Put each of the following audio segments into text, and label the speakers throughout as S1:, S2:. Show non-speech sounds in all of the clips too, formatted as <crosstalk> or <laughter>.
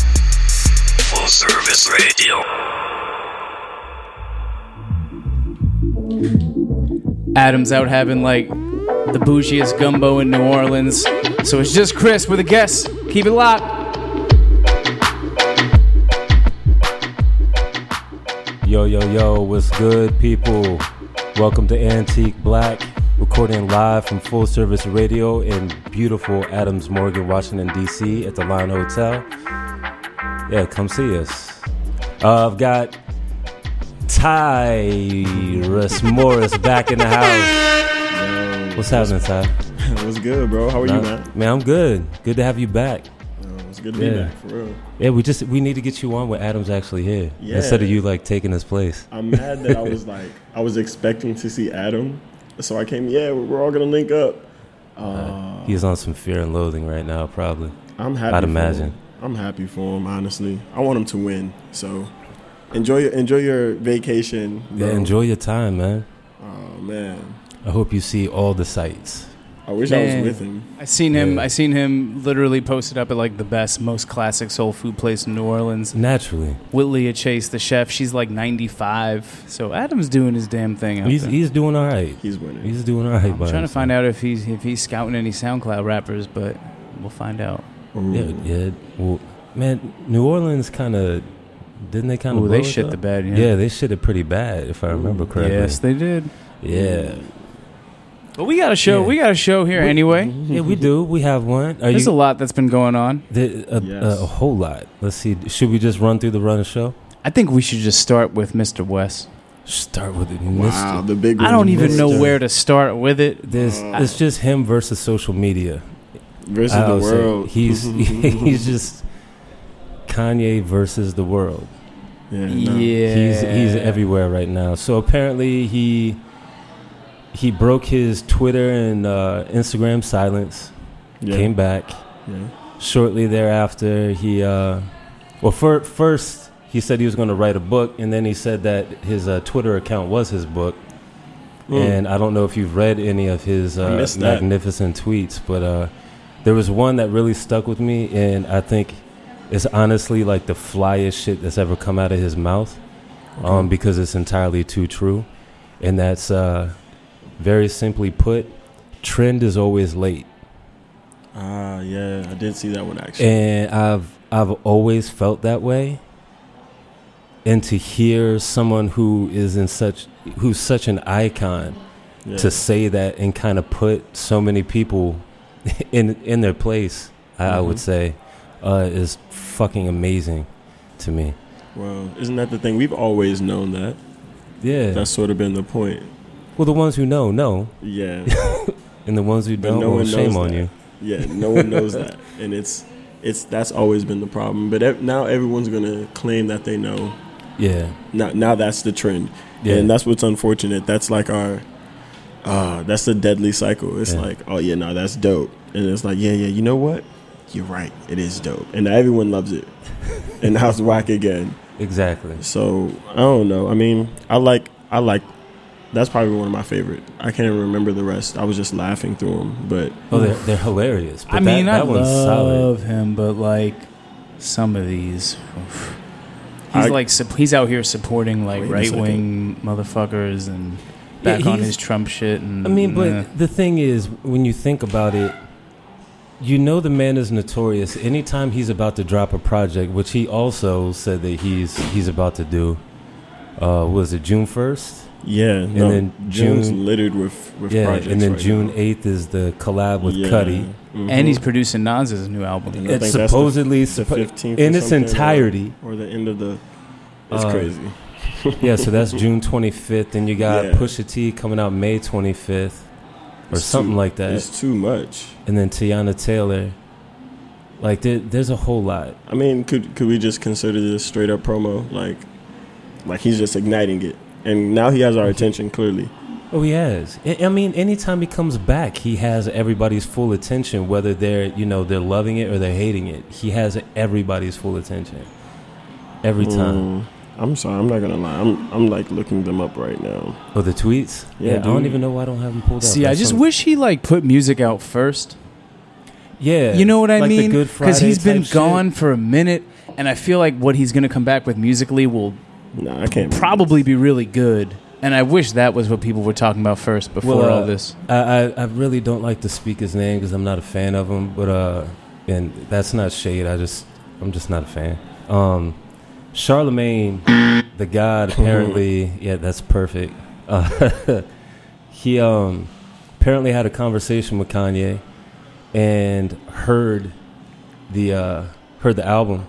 S1: Full Service Radio.
S2: Adam's out having like the bougiest gumbo in New Orleans, so it's just Chris with a guest. Keep it locked.
S3: Yo, yo, yo, what's good, people? Welcome to Antique Black, recording live from Full Service Radio in beautiful Adams Morgan, Washington, D.C., at the Lion Hotel. Yeah, come see us. Uh, I've got Tyrus Morris back in the house. What's happening, Ty?
S4: What's good, bro? How are you, man?
S3: Man, I'm good. Good to have you back.
S4: It's good to be
S3: Yeah.
S4: back, for real.
S3: Yeah, we just we need to get you on when Adam's actually here
S4: Yeah.
S3: instead of you like taking his place.
S4: I'm mad that I was like, I was expecting to see Adam, so I came. Yeah, we're all gonna link up. Uh,
S3: He's on some fear and loathing right now, probably.
S4: I'm happy.
S3: I'd
S4: for
S3: imagine.
S4: Him. I'm happy for him, honestly. I want him to win. So enjoy your enjoy your vacation. Bro.
S3: Yeah, enjoy your time, man.
S4: Oh man,
S3: I hope you see all the sights.
S4: I wish I
S2: Man.
S4: was with him.
S2: I seen him.
S3: Yeah.
S2: I seen him literally posted up at like the best, most classic soul food place in New Orleans.
S3: Naturally,
S2: Whitleya Chase, the chef, she's like 95. So Adam's doing his damn thing. Out
S3: he's
S2: there.
S3: he's doing all right.
S4: He's winning.
S3: He's doing all right.
S2: I'm trying to find out if he's if he's scouting any SoundCloud rappers, but we'll find out.
S4: Ooh.
S3: Yeah, yeah. Well, man, New Orleans kind of didn't they kind
S2: Ooh,
S3: of
S2: they shit the bed.
S3: Yeah.
S2: Yeah.
S3: they shit it pretty bad, if I remember correctly.
S2: yes, they did.
S3: Yeah.
S2: But we got a show.
S3: Yeah.
S2: We got a show here anyway.
S3: Yeah, we do. We have one. Are
S2: There's a
S3: you?
S2: lot that's been going on.
S3: there- a,
S4: Yes.
S3: a whole lot. Let's see. Should we just run through the run of show?
S2: I think we should just start with Mr. West.
S3: Start with it.
S4: Wow, the big.
S2: I
S4: one.
S2: don't even know
S3: Mr..
S2: where to start with it.
S3: There's, it's just him versus social media.
S4: versus
S3: I
S4: the
S3: would say
S4: world. <laughs>
S3: He's <laughs> he's just Kanye versus the world.
S4: yeah, no.
S2: Yeah,
S3: He's he's everywhere right now. So apparently he he broke his Twitter and uh, Instagram silence.
S4: yeah,
S3: Came back
S4: yeah.
S3: shortly thereafter. He uh, well fir- first he said he was going to write a book, and then he said that his uh, Twitter account was his book.
S4: Mm.
S3: And I don't know if you've read any of his
S4: Hmm. I
S3: uh,
S4: missed that.
S3: magnificent tweets, but uh, there was one that really stuck with me, and I think it's honestly like the flyest shit that's ever come out of his mouth, um, because it's entirely too true, and that's uh, very simply put, trend is always late,
S4: Ah, yeah. I did see that one actually.
S3: and I've I've always felt that way, and to hear someone who is in such who's such an icon
S4: Yeah.
S3: to say that and kind of put so many people <laughs> in in their place, I, I would
S4: Mm-hmm.
S3: say, uh, is fucking amazing to me.
S4: Well, isn't that the thing? We've always known that.
S3: Yeah.
S4: That's sort of been the point.
S3: well, the ones who know know, <laughs>
S4: Yeah,
S3: and the ones who
S4: But
S3: don't,
S4: no
S3: well,
S4: one
S3: shame
S4: knows
S3: on
S4: that.
S3: you.
S4: yeah. No one knows that, and it's it's that's always been the problem. But ev- now everyone's gonna claim that they know.
S3: Yeah.
S4: Now, now that's the trend,
S3: Yeah.
S4: and that's what's unfortunate. That's like our, uh, that's the deadly cycle. It's
S3: Yeah.
S4: like, oh yeah, no, that's dope, and it's like, yeah, yeah, you know what? You're right. It is dope, and now everyone loves it, and now it's whack again.
S3: <laughs> Exactly.
S4: So I don't know. I mean, I like I like. That's probably one of my favorite. I can't remember the rest. I was just laughing through them, but
S3: Oh, they're, they're hilarious. But
S2: I
S3: that,
S2: mean,
S3: that
S2: I
S3: one's solid.
S2: love him, but like some of these, oof. he's
S4: I-
S2: like sup- he's out here supporting like
S4: Wait a
S2: right
S4: second.
S2: wing motherfuckers and
S3: Yeah,
S2: back on
S3: he's-
S2: his Trump shit. And
S3: I mean,
S2: nah.
S4: Mm-hmm.
S3: but the thing is, when you think about it, you know the man is notorious. Anytime he's about to drop a project, which he also said that he's he's about to do, uh, was it June first?
S4: yeah. And
S3: then
S4: June's
S3: June-
S4: littered with with
S3: Yeah,
S4: projects.
S3: and then
S4: right
S3: June
S4: now.
S3: eighth is the collab with
S4: Yeah.
S3: Cuddy.
S4: Mhm.
S2: and he's producing Nas's new album.
S4: And I
S3: It's
S4: think that's the-
S3: supposedly
S4: the
S3: suppo-
S4: 15th or
S3: in its
S4: something, uh, or- <laughs>
S3: entirety.
S4: or the end of the. It's
S3: Uh,
S4: crazy.
S3: yeah, so that's June twenty fifth, and you got
S4: Yeah.
S3: Pusha T coming out May twenty fifth, or
S4: It's
S3: something
S4: too-
S3: like that,
S4: It's too much.
S3: and then Tiana Taylor. Like there, there's a whole lot.
S4: I mean, could could we just consider this straight up promo? Like, like he's just igniting it. and now he has
S3: Mm-hmm.
S4: our attention clearly.
S3: Oh, he has. I I mean, anytime he comes back, he has everybody's full attention, whether they're you know they're loving it or they're hating it. He has everybody's full attention every time.
S4: Mm, I'm sorry, I'm not gonna lie. I'm I'm like looking them up right now.
S3: Oh, the tweets.
S4: Yeah,
S3: I don't
S4: dude.
S3: even know why I don't have them pulled up.
S2: See, I
S3: That's
S2: just
S3: some-
S2: wish he like put music out first.
S3: Yeah,
S2: You know what I
S3: like the
S2: mean?
S3: Good
S2: Because he's
S3: Friday
S2: been
S3: type
S2: gone for a minute, and I feel like what he's gonna come back with musically will
S4: Nah, I can't.
S2: probably be really good. And I wish that was what people were talking about first before
S3: Well, uh,
S2: all this.
S3: shit. I, I I really don't like to speak his name because I'm not a fan of him. But uh, and that's not shade. I just I'm just not a fan. Um, Charlemagne, the God, apparently. yeah, that's perfect. Uh, <laughs> he um apparently had a conversation with Kanye and heard the uh heard the album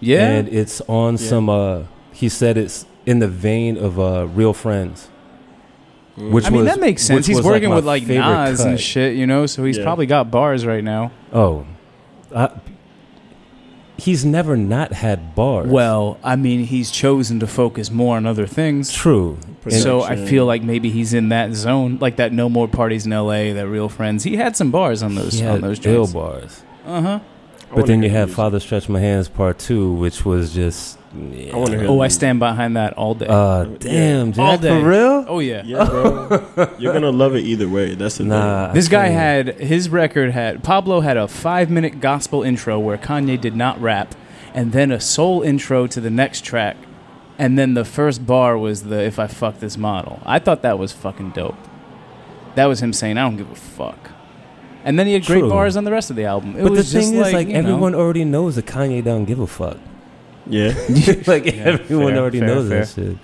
S2: Yeah,
S3: and it's on
S4: Yeah.
S3: some uh he said it's in the vein of uh real friends
S4: Mm.
S3: which
S2: I mean
S3: was-
S2: that makes
S3: which
S2: sense. He's
S3: was,
S2: working
S3: my
S2: with like
S3: favorite
S2: Nas and
S3: cut.
S2: shit, you know. So he's
S4: Yeah.
S2: probably got bars right now.
S3: Oh, I, he's never not had bars.
S2: Well, I mean, he's chosen to focus more on other things.
S3: true.
S4: Production.
S2: So I feel like maybe he's in that zone, like that no more parties in L.A., that real friends. He had some bars on those
S3: He
S2: on
S3: had
S2: those
S3: ill
S2: joints.
S3: bars.
S2: Uh huh.
S4: I wanna
S3: But then
S4: hear
S3: you
S4: the
S3: had
S4: music.
S3: Father Stretch My Hands Part Two, which was just. Yeah.
S4: I wanna hear
S2: Oh, I stand behind that all day.
S3: Uh,
S4: Yeah.
S3: damn, Jack,
S2: All day.
S3: for real?
S2: oh yeah.
S4: Yeah, bro. You're gonna love it either way. That's the
S3: Nah. I
S2: This guy
S3: can't.
S2: had his record had Pablo had a five minute gospel intro where Kanye did not rap, and then a soul intro to the next track, and then the first bar was the "If I Fuck This Model." I thought that was fucking dope. That was him saying, "I don't give a fuck," and then he had great
S3: True.
S2: bars on the rest of the album. It
S3: But the
S2: was just
S3: thing is, like,
S2: you know.
S3: everyone already knows that Kanye don't give a fuck.
S4: thing. Yeah.
S3: <laughs> like everyone
S2: fair,
S3: already
S2: fair,
S3: knows that shit.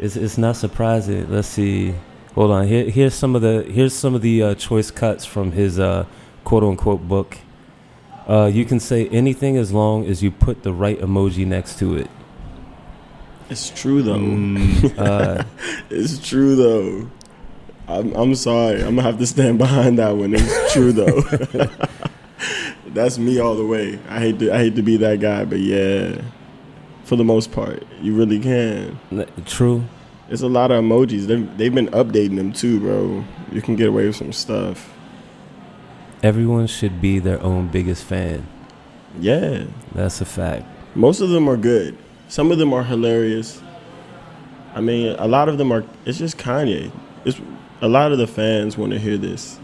S3: It's it's not surprising. Let's see. Hold on. Here here's some of the here's some of the uh, choice cuts from his uh, quote unquote book. Uh, you can say anything as long as you put the right emoji next to it.
S4: It's true
S3: <laughs>
S4: though.
S2: Mm, <laughs>
S3: Uh,
S4: It's true though. I'm I'm sorry. I'm gonna have to stand <laughs> behind that one. It's true though. <laughs> That's me all the way. I hate to I hate to be that guy, but yeah. For the most part, you really can.
S3: n- true.
S4: It's a lot of emojis. They've, they've been updating them too, bro. You can get away with some stuff.
S3: Everyone should be their own biggest fan.
S4: Yeah.
S3: That's a fact.
S4: Most of them are good. Some of them are hilarious. I mean, a lot of them are. It's just Kanye. It's a lot of the fans want to hear this.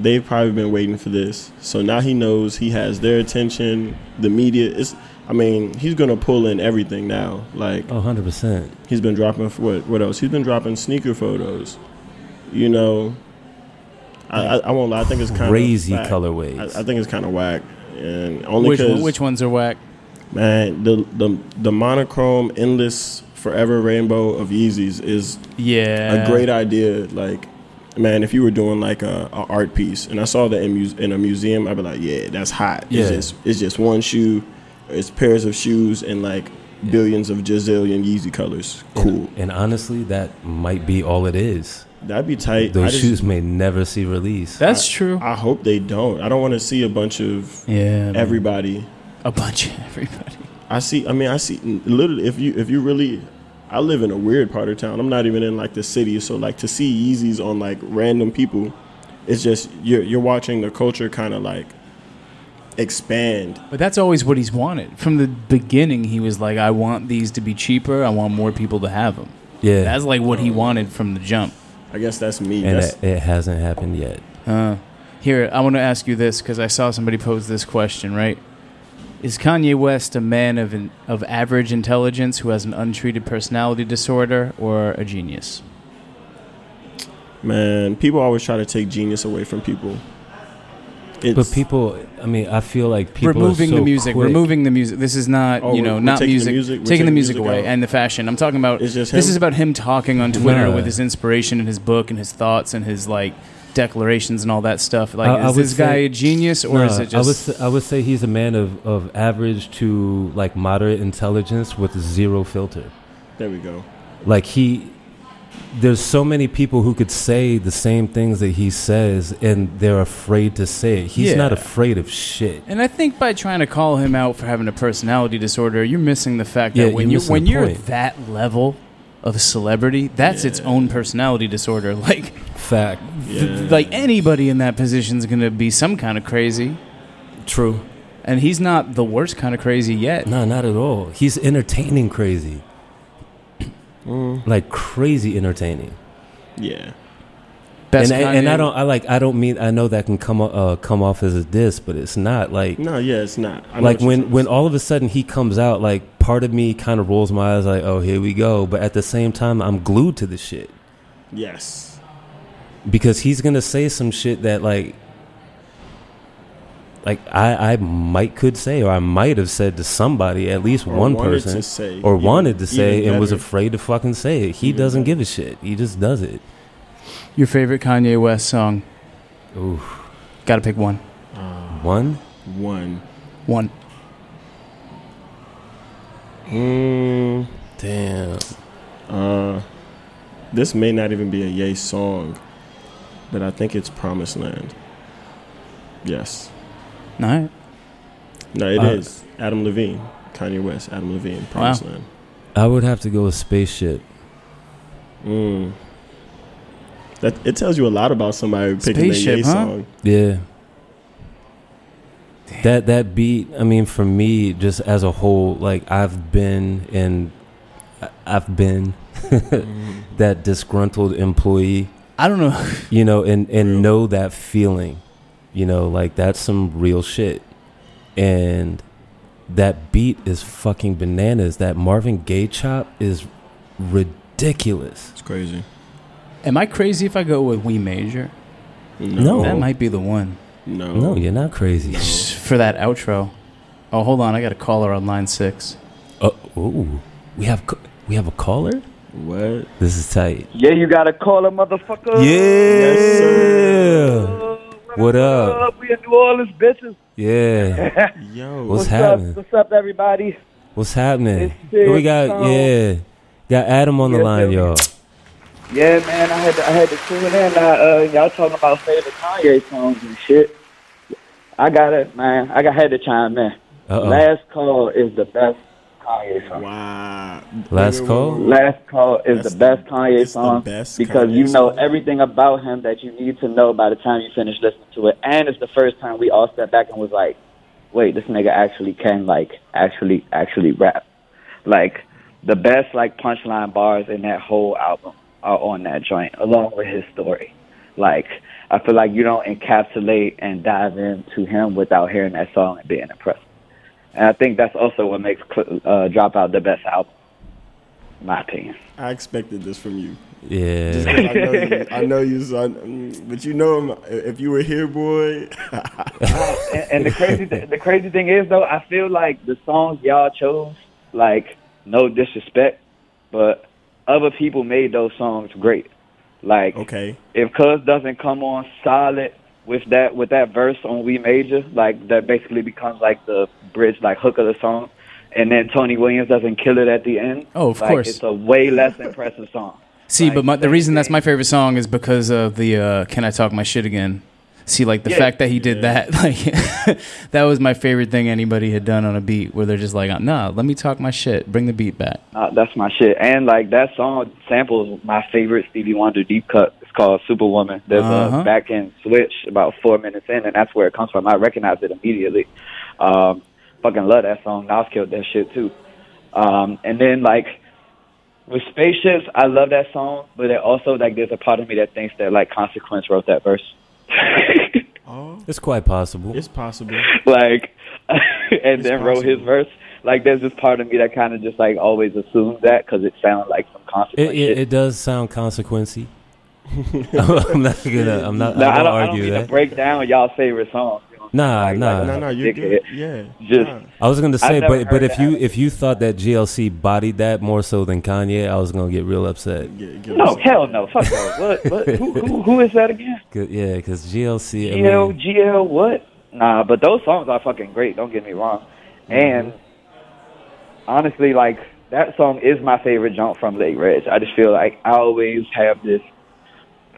S4: They've probably been waiting for this, so now he knows he has their attention. The media is. I mean, he's gonna pull in everything now. Like
S3: Oh, 100 percent.
S4: he's been dropping what? What else? He's been dropping sneaker photos. You know, I, I, I won't lie. I think it's kind
S3: Crazy
S4: of whack.
S3: colorways.
S4: I, I think it's kind of whack, and only
S2: which,
S4: because
S2: one- which ones are whack?
S4: Man, the the the monochrome endless forever rainbow of Yeezys is
S2: Yeah,
S4: a great idea. Like, man, if you were doing like a, a art piece and I saw that in, muse- in a museum, I'd be like, yeah, that's hot.
S3: Yeah.
S4: It's just it's just one shoe, it's pairs of shoes and like billions of gazillion Yeezy colors. Cool.
S3: And honestly, that might be all it is.
S4: That'd be tight. I
S3: Those
S4: just-
S3: shoes may never see release.
S2: That's true.
S4: I hope they don't. I don't want to see a bunch of
S2: yeah, man.
S4: everybody
S2: a bunch of <laughs> everybody.
S4: I see. I mean, I see. Literally, if you if you really, I live in a weird part of town. I'm not even in like the city, so like to see Yeezys on like random people, it's just you're you're watching the culture kind of like expand.
S2: But that's always what he's wanted. From the beginning, he was like, I want these to be cheaper. I want more people to have them.
S3: yeah,
S2: That's like what he wanted from the jump.
S4: I guess that's me.
S3: and
S4: That's,
S3: it, it hasn't happened yet.
S2: Uh, here, I want to ask you this because I saw somebody pose this question, right? Is Kanye West a man of, an, of average intelligence who has an untreated personality disorder or a genius?
S4: man, people always try to take genius away from people. It's,
S3: But people, I mean, I feel like people
S2: removing
S3: are so
S2: the music,
S3: quick.
S2: removing the music. This is not,
S4: Oh,
S2: you
S4: we're-
S2: know,
S4: we're
S2: not
S4: taking the
S2: music,
S4: music-
S2: taking
S4: we're
S2: the
S4: taking
S2: music,
S4: music
S2: away
S4: out.
S2: and the fashion. I'm talking about
S4: It's just
S2: this
S4: him?
S2: is about him talking on Twitter
S3: Nah.
S2: with his inspiration and his book and his thoughts and his like declarations and all that stuff. Like,
S3: I- I
S2: is
S3: would
S2: this guy
S3: say-
S2: a genius or is
S3: Nah,
S2: it just?
S3: I would say, I would say he's a man of, of average to like moderate intelligence with zero filter.
S4: there we go.
S3: Like he, there's so many people who could say the same things that he says, and they're afraid to say it. He's
S2: Yeah.
S3: not afraid of shit.
S2: and I think by trying to call him out for having a personality disorder, you're missing the fact
S3: Yeah,
S2: that when
S3: you're
S2: you
S3: missing
S2: when
S3: the
S2: you're
S3: point.
S2: that level, of celebrity, that's its
S4: Yeah.
S2: own personality disorder. <laughs> Like,
S3: Fact.
S2: th- like anybody in that position's gonna be some kind of crazy,
S3: True.
S2: and he's not the worst kind of crazy yet.
S3: No, not at all. He's entertaining crazy.
S4: Mm.
S3: Like crazy entertaining.
S4: yeah.
S2: Best
S3: and, I,
S2: Kanye-
S3: and I don't I like I don't mean I know that can come o- uh, come off as a diss, but it's not like
S4: No, yeah, it's not. I know
S3: like
S4: what you're
S3: when
S4: saying.
S3: when all of a sudden he comes out like part of me kind of rolls my eyes like oh here we go, but at the same time I'm glued to the shit
S4: yes,
S3: because he's gonna say some shit that like like I I might could say or I might have said to somebody at least
S4: Or
S3: one
S4: wanted
S3: person
S4: to say,
S3: or
S4: even-
S3: wanted to say
S4: even
S3: and was
S4: better.
S3: afraid to fucking say it. He
S4: Even
S3: doesn't
S4: better.
S3: give a shit. He just does it.
S2: Your favorite Kanye West song?
S3: Ooh,
S2: Gotta pick one.
S3: one.
S4: one.
S2: One.
S4: Mm,
S3: Damn.
S4: uh, this may not even be a Ye song, but I think it's Promised Land. Yes.
S2: All right.
S4: No, it is
S3: Uh,
S4: Adam Levine, Kanye West, Adam Levine, Promised Land.
S3: I would have to go with spaceship.
S4: Mm. That it tells you a lot about somebody picking a Ye
S2: Spaceship, huh?
S4: song.
S3: Yeah. That that beat, I mean, for me, just as a whole, like I've been and I've been that disgruntled employee,
S2: I don't know. <laughs>
S3: you know, and and
S4: Real.
S3: know that feeling, you know, like that's some real shit, and that beat is fucking bananas. That Marvin Gaye chop is ridiculous.
S4: It's crazy.
S2: Am I crazy if I go with We Major?
S3: No.
S4: Oh.
S2: That might be the one
S4: no,
S3: No, you're not crazy.
S2: for that outro. Oh, hold on. I got a caller on line six.
S3: Uh, ooh, we have c- we have a caller.
S4: What?
S3: This is tight.
S1: Yeah, you gotta call a motherfucker.
S3: Yeah.
S4: sir.
S3: What up?
S1: We in New Orleans, bitches.
S3: Yeah.
S4: Yo,
S3: What's
S1: up?
S3: happening?
S1: What's up, everybody?
S3: What's happening?
S1: It's big
S3: we got
S1: song.
S3: yeah. Got Adam on the
S1: Yes,
S3: line,
S1: sir.
S3: y'all.
S1: Yeah, man, I had to, I had to tune in. I, uh, y'all talking about favorite Kanye songs and shit. I got it, man. I got, had to chime in.
S3: Uh
S1: Last call is the best Kanye song.
S4: wow. Wait,
S3: Last
S4: wait,
S3: call?
S4: wait, wait.
S1: Last call is
S4: That's
S1: the best
S4: the-
S1: Kanye
S4: it's the
S1: song
S4: best
S1: because
S4: Kanye
S1: you know
S4: song.
S1: everything about him that you need to know by the time you finish listening to it, and it's the first time we all stepped back and was like, "Wait, this nigga actually can like actually actually rap." Like the best like punchline bars in that whole album are on that joint, along with his story. Like I feel like you don't encapsulate and dive into him without hearing that song and being impressed. And I think that's also what makes Cl- uh, Dropout the best album, in my opinion.
S4: I expected this from you.
S3: Yeah.
S4: I know you, I know you son, mm, but you know him. If you were here, boy,
S1: and, and the crazy th- the crazy thing is though, I feel like the songs y'all chose, like no disrespect, but other people made those songs great. Like
S4: okay.
S1: if Cuz doesn't come on solid with that with that verse on We Major, like that basically becomes like the bridge, like hook of the song. And then Tony Williams doesn't kill it at the end.
S2: Oh, of
S1: like,
S2: course.
S1: It's a way less impressive song.
S2: See,
S1: Like,
S2: but my, the reason that's
S1: same.
S2: my favorite song is because of the uh, "Can I Talk My Shit Again." See, like the
S1: Yeah.
S2: fact that he did that, <laughs> like that was my favorite thing anybody had done on a beat, where they're just like, "Nah, let me talk my shit, bring the beat back."
S1: Uh, that's my shit. And like that song samples my favorite Stevie Wonder deep cut. It's called Superwoman. There's
S2: Uh-huh.
S1: a back end switch about four minutes in, and that's where it comes from. I recognized it immediately. Um, fucking love that song. Nas killed that shit too. Um, and then like with Spaceships, I love that song, but it also like there's a part of me that thinks that like Consequence wrote that verse. <laughs>
S4: Oh,
S3: It's quite possible.
S4: it's possible.
S1: <laughs> like and then wrote
S4: possible.
S1: his verse. Like there's this part of me that kind of just like always assumes that because it sounds like some
S3: It,
S1: consequence. shit.
S3: it, it does sound consequency.
S1: <laughs>
S3: <laughs> I'm not gonna. I'm not.
S1: No,
S3: I won't
S1: I don't, I don't
S3: argue
S1: mean
S3: that.
S1: to break down y'all favorite songs. You know?
S3: Nah,
S1: Like,
S2: Uh,
S3: nah.
S1: like,
S4: No, no, you're good.
S1: dickhead.
S4: Yeah,
S1: Just-
S4: nah.
S3: I was gonna say,
S1: never
S3: but but
S1: heard
S3: if you
S1: that.
S3: if you thought that GLC bodied that more so than Kanye, I was gonna get real upset.
S4: Get- get
S1: No,
S4: us-
S1: hell no. Fuck no. What? what who, who, who is that again?
S3: 'Cause- yeah, because GLC. I
S1: GL,
S3: mean,
S1: GL, what? Nah, but those songs are fucking great. Don't get me wrong.
S3: Mm-hmm.
S1: And honestly, like that song is my favorite jump from Lake Reg. I just feel like I always have this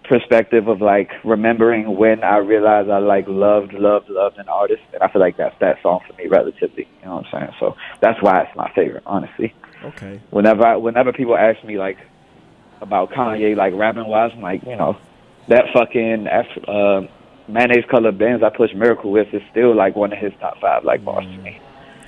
S1: perspective of like remembering when I realized I like loved, loved, loved an artist, and I feel like that's that song for me relatively. You know what I'm saying? So that's why it's my favorite, honestly.
S4: Okay.
S1: whenever I, whenever people ask me like about Kanye like rapping wise, I'm like you know that fucking Af- uh, mayonnaise colored bands I push Miracle with is still like one of his top five like bars to me.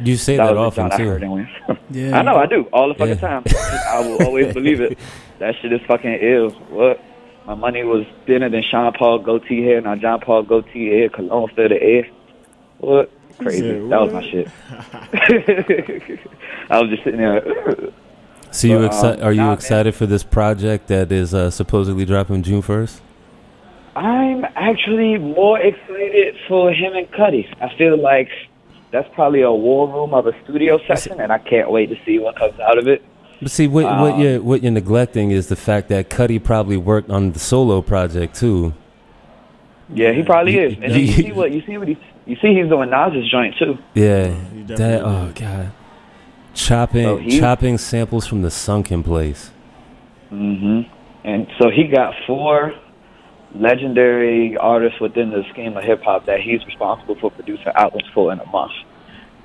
S3: You say
S1: That
S3: that
S1: was the
S3: often
S1: song I heard
S3: too.
S1: and went.
S4: <laughs>
S2: Yeah.
S1: I know I do all the fucking
S3: Yeah.
S1: time. I will
S3: <laughs>
S1: always believe it. That shit is fucking ill. What? My money was thinner than Sean Paul goatee hair. Now John Paul goatee hair, cologne fill the air. What? Crazy.
S4: said
S1: That was my
S4: what?
S1: shit. <laughs> I was just sitting there.
S3: So you
S1: But,
S3: exci- are
S1: um, nah,
S3: you
S1: man.
S3: excited for this project that is uh, supposedly dropping June first?
S1: I'm actually more excited for him and Cuddy. I feel like that's probably a war room of a studio session, and I can't wait to see what comes out of it.
S3: But see, what what
S1: Um,
S3: you're what you're neglecting is the fact that Cuddy probably worked on the solo project too.
S1: Yeah, he probably
S3: You-
S1: is. And then you
S3: you-
S1: see what you see what he you see he's doing Nas's joint too.
S3: Yeah,
S4: he
S3: that
S4: definitely
S3: oh god, chopping
S1: So he-
S3: chopping samples from the sunken place.
S1: And so he got four legendary artists within the scheme of hip hop that he's responsible for producing albums for in a month.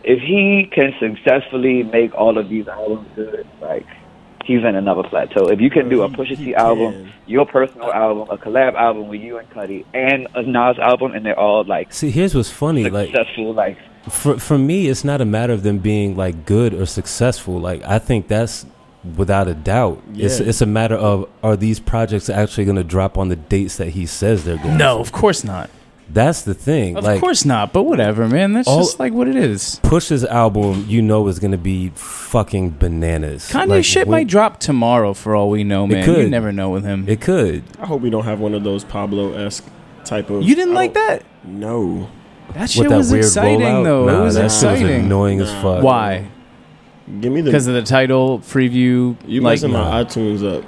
S1: If he can successfully make all of these albums good, like he's in another plateau. If you can do a
S4: He-
S1: Pusha
S4: he
S1: T album,
S4: can.
S1: your personal album, a collab album with you and Cudi, and a Nas album, and they're all like
S3: See, here's what's funny. Like
S1: successful, like
S3: for for me, it's not a matter of them being like good or successful. Like I think that's without a doubt. It's
S4: Yeah.
S3: it's a matter of are these projects actually going to drop on the dates that he says they're going.
S2: No, of course not.
S3: that's the thing.
S2: Of
S3: like
S2: course not. But whatever, man. That's
S3: All-
S2: just like what it is.
S3: Push's album, you know, is going to be fucking bananas.
S2: Kanye
S3: Like,
S2: shit
S3: we-
S2: might drop tomorrow for all we know, man. You
S3: could.
S2: never know with him.
S3: It could.
S4: I hope we don't have one of those Pablo esque type of.
S2: you didn't
S4: I
S2: like
S4: don't-
S2: that?
S4: No.
S2: That shit
S3: With that
S2: was
S3: weird
S2: exciting
S3: rollout,
S2: though.
S3: Nah,
S2: it was
S3: that shit was
S2: exciting.
S3: annoying as
S4: Nah.
S3: fuck.
S2: Why?
S4: Give me the.
S2: Because of the title preview.
S4: You
S2: like,
S4: messing
S3: nah.
S4: my iTunes
S2: <laughs>
S4: up.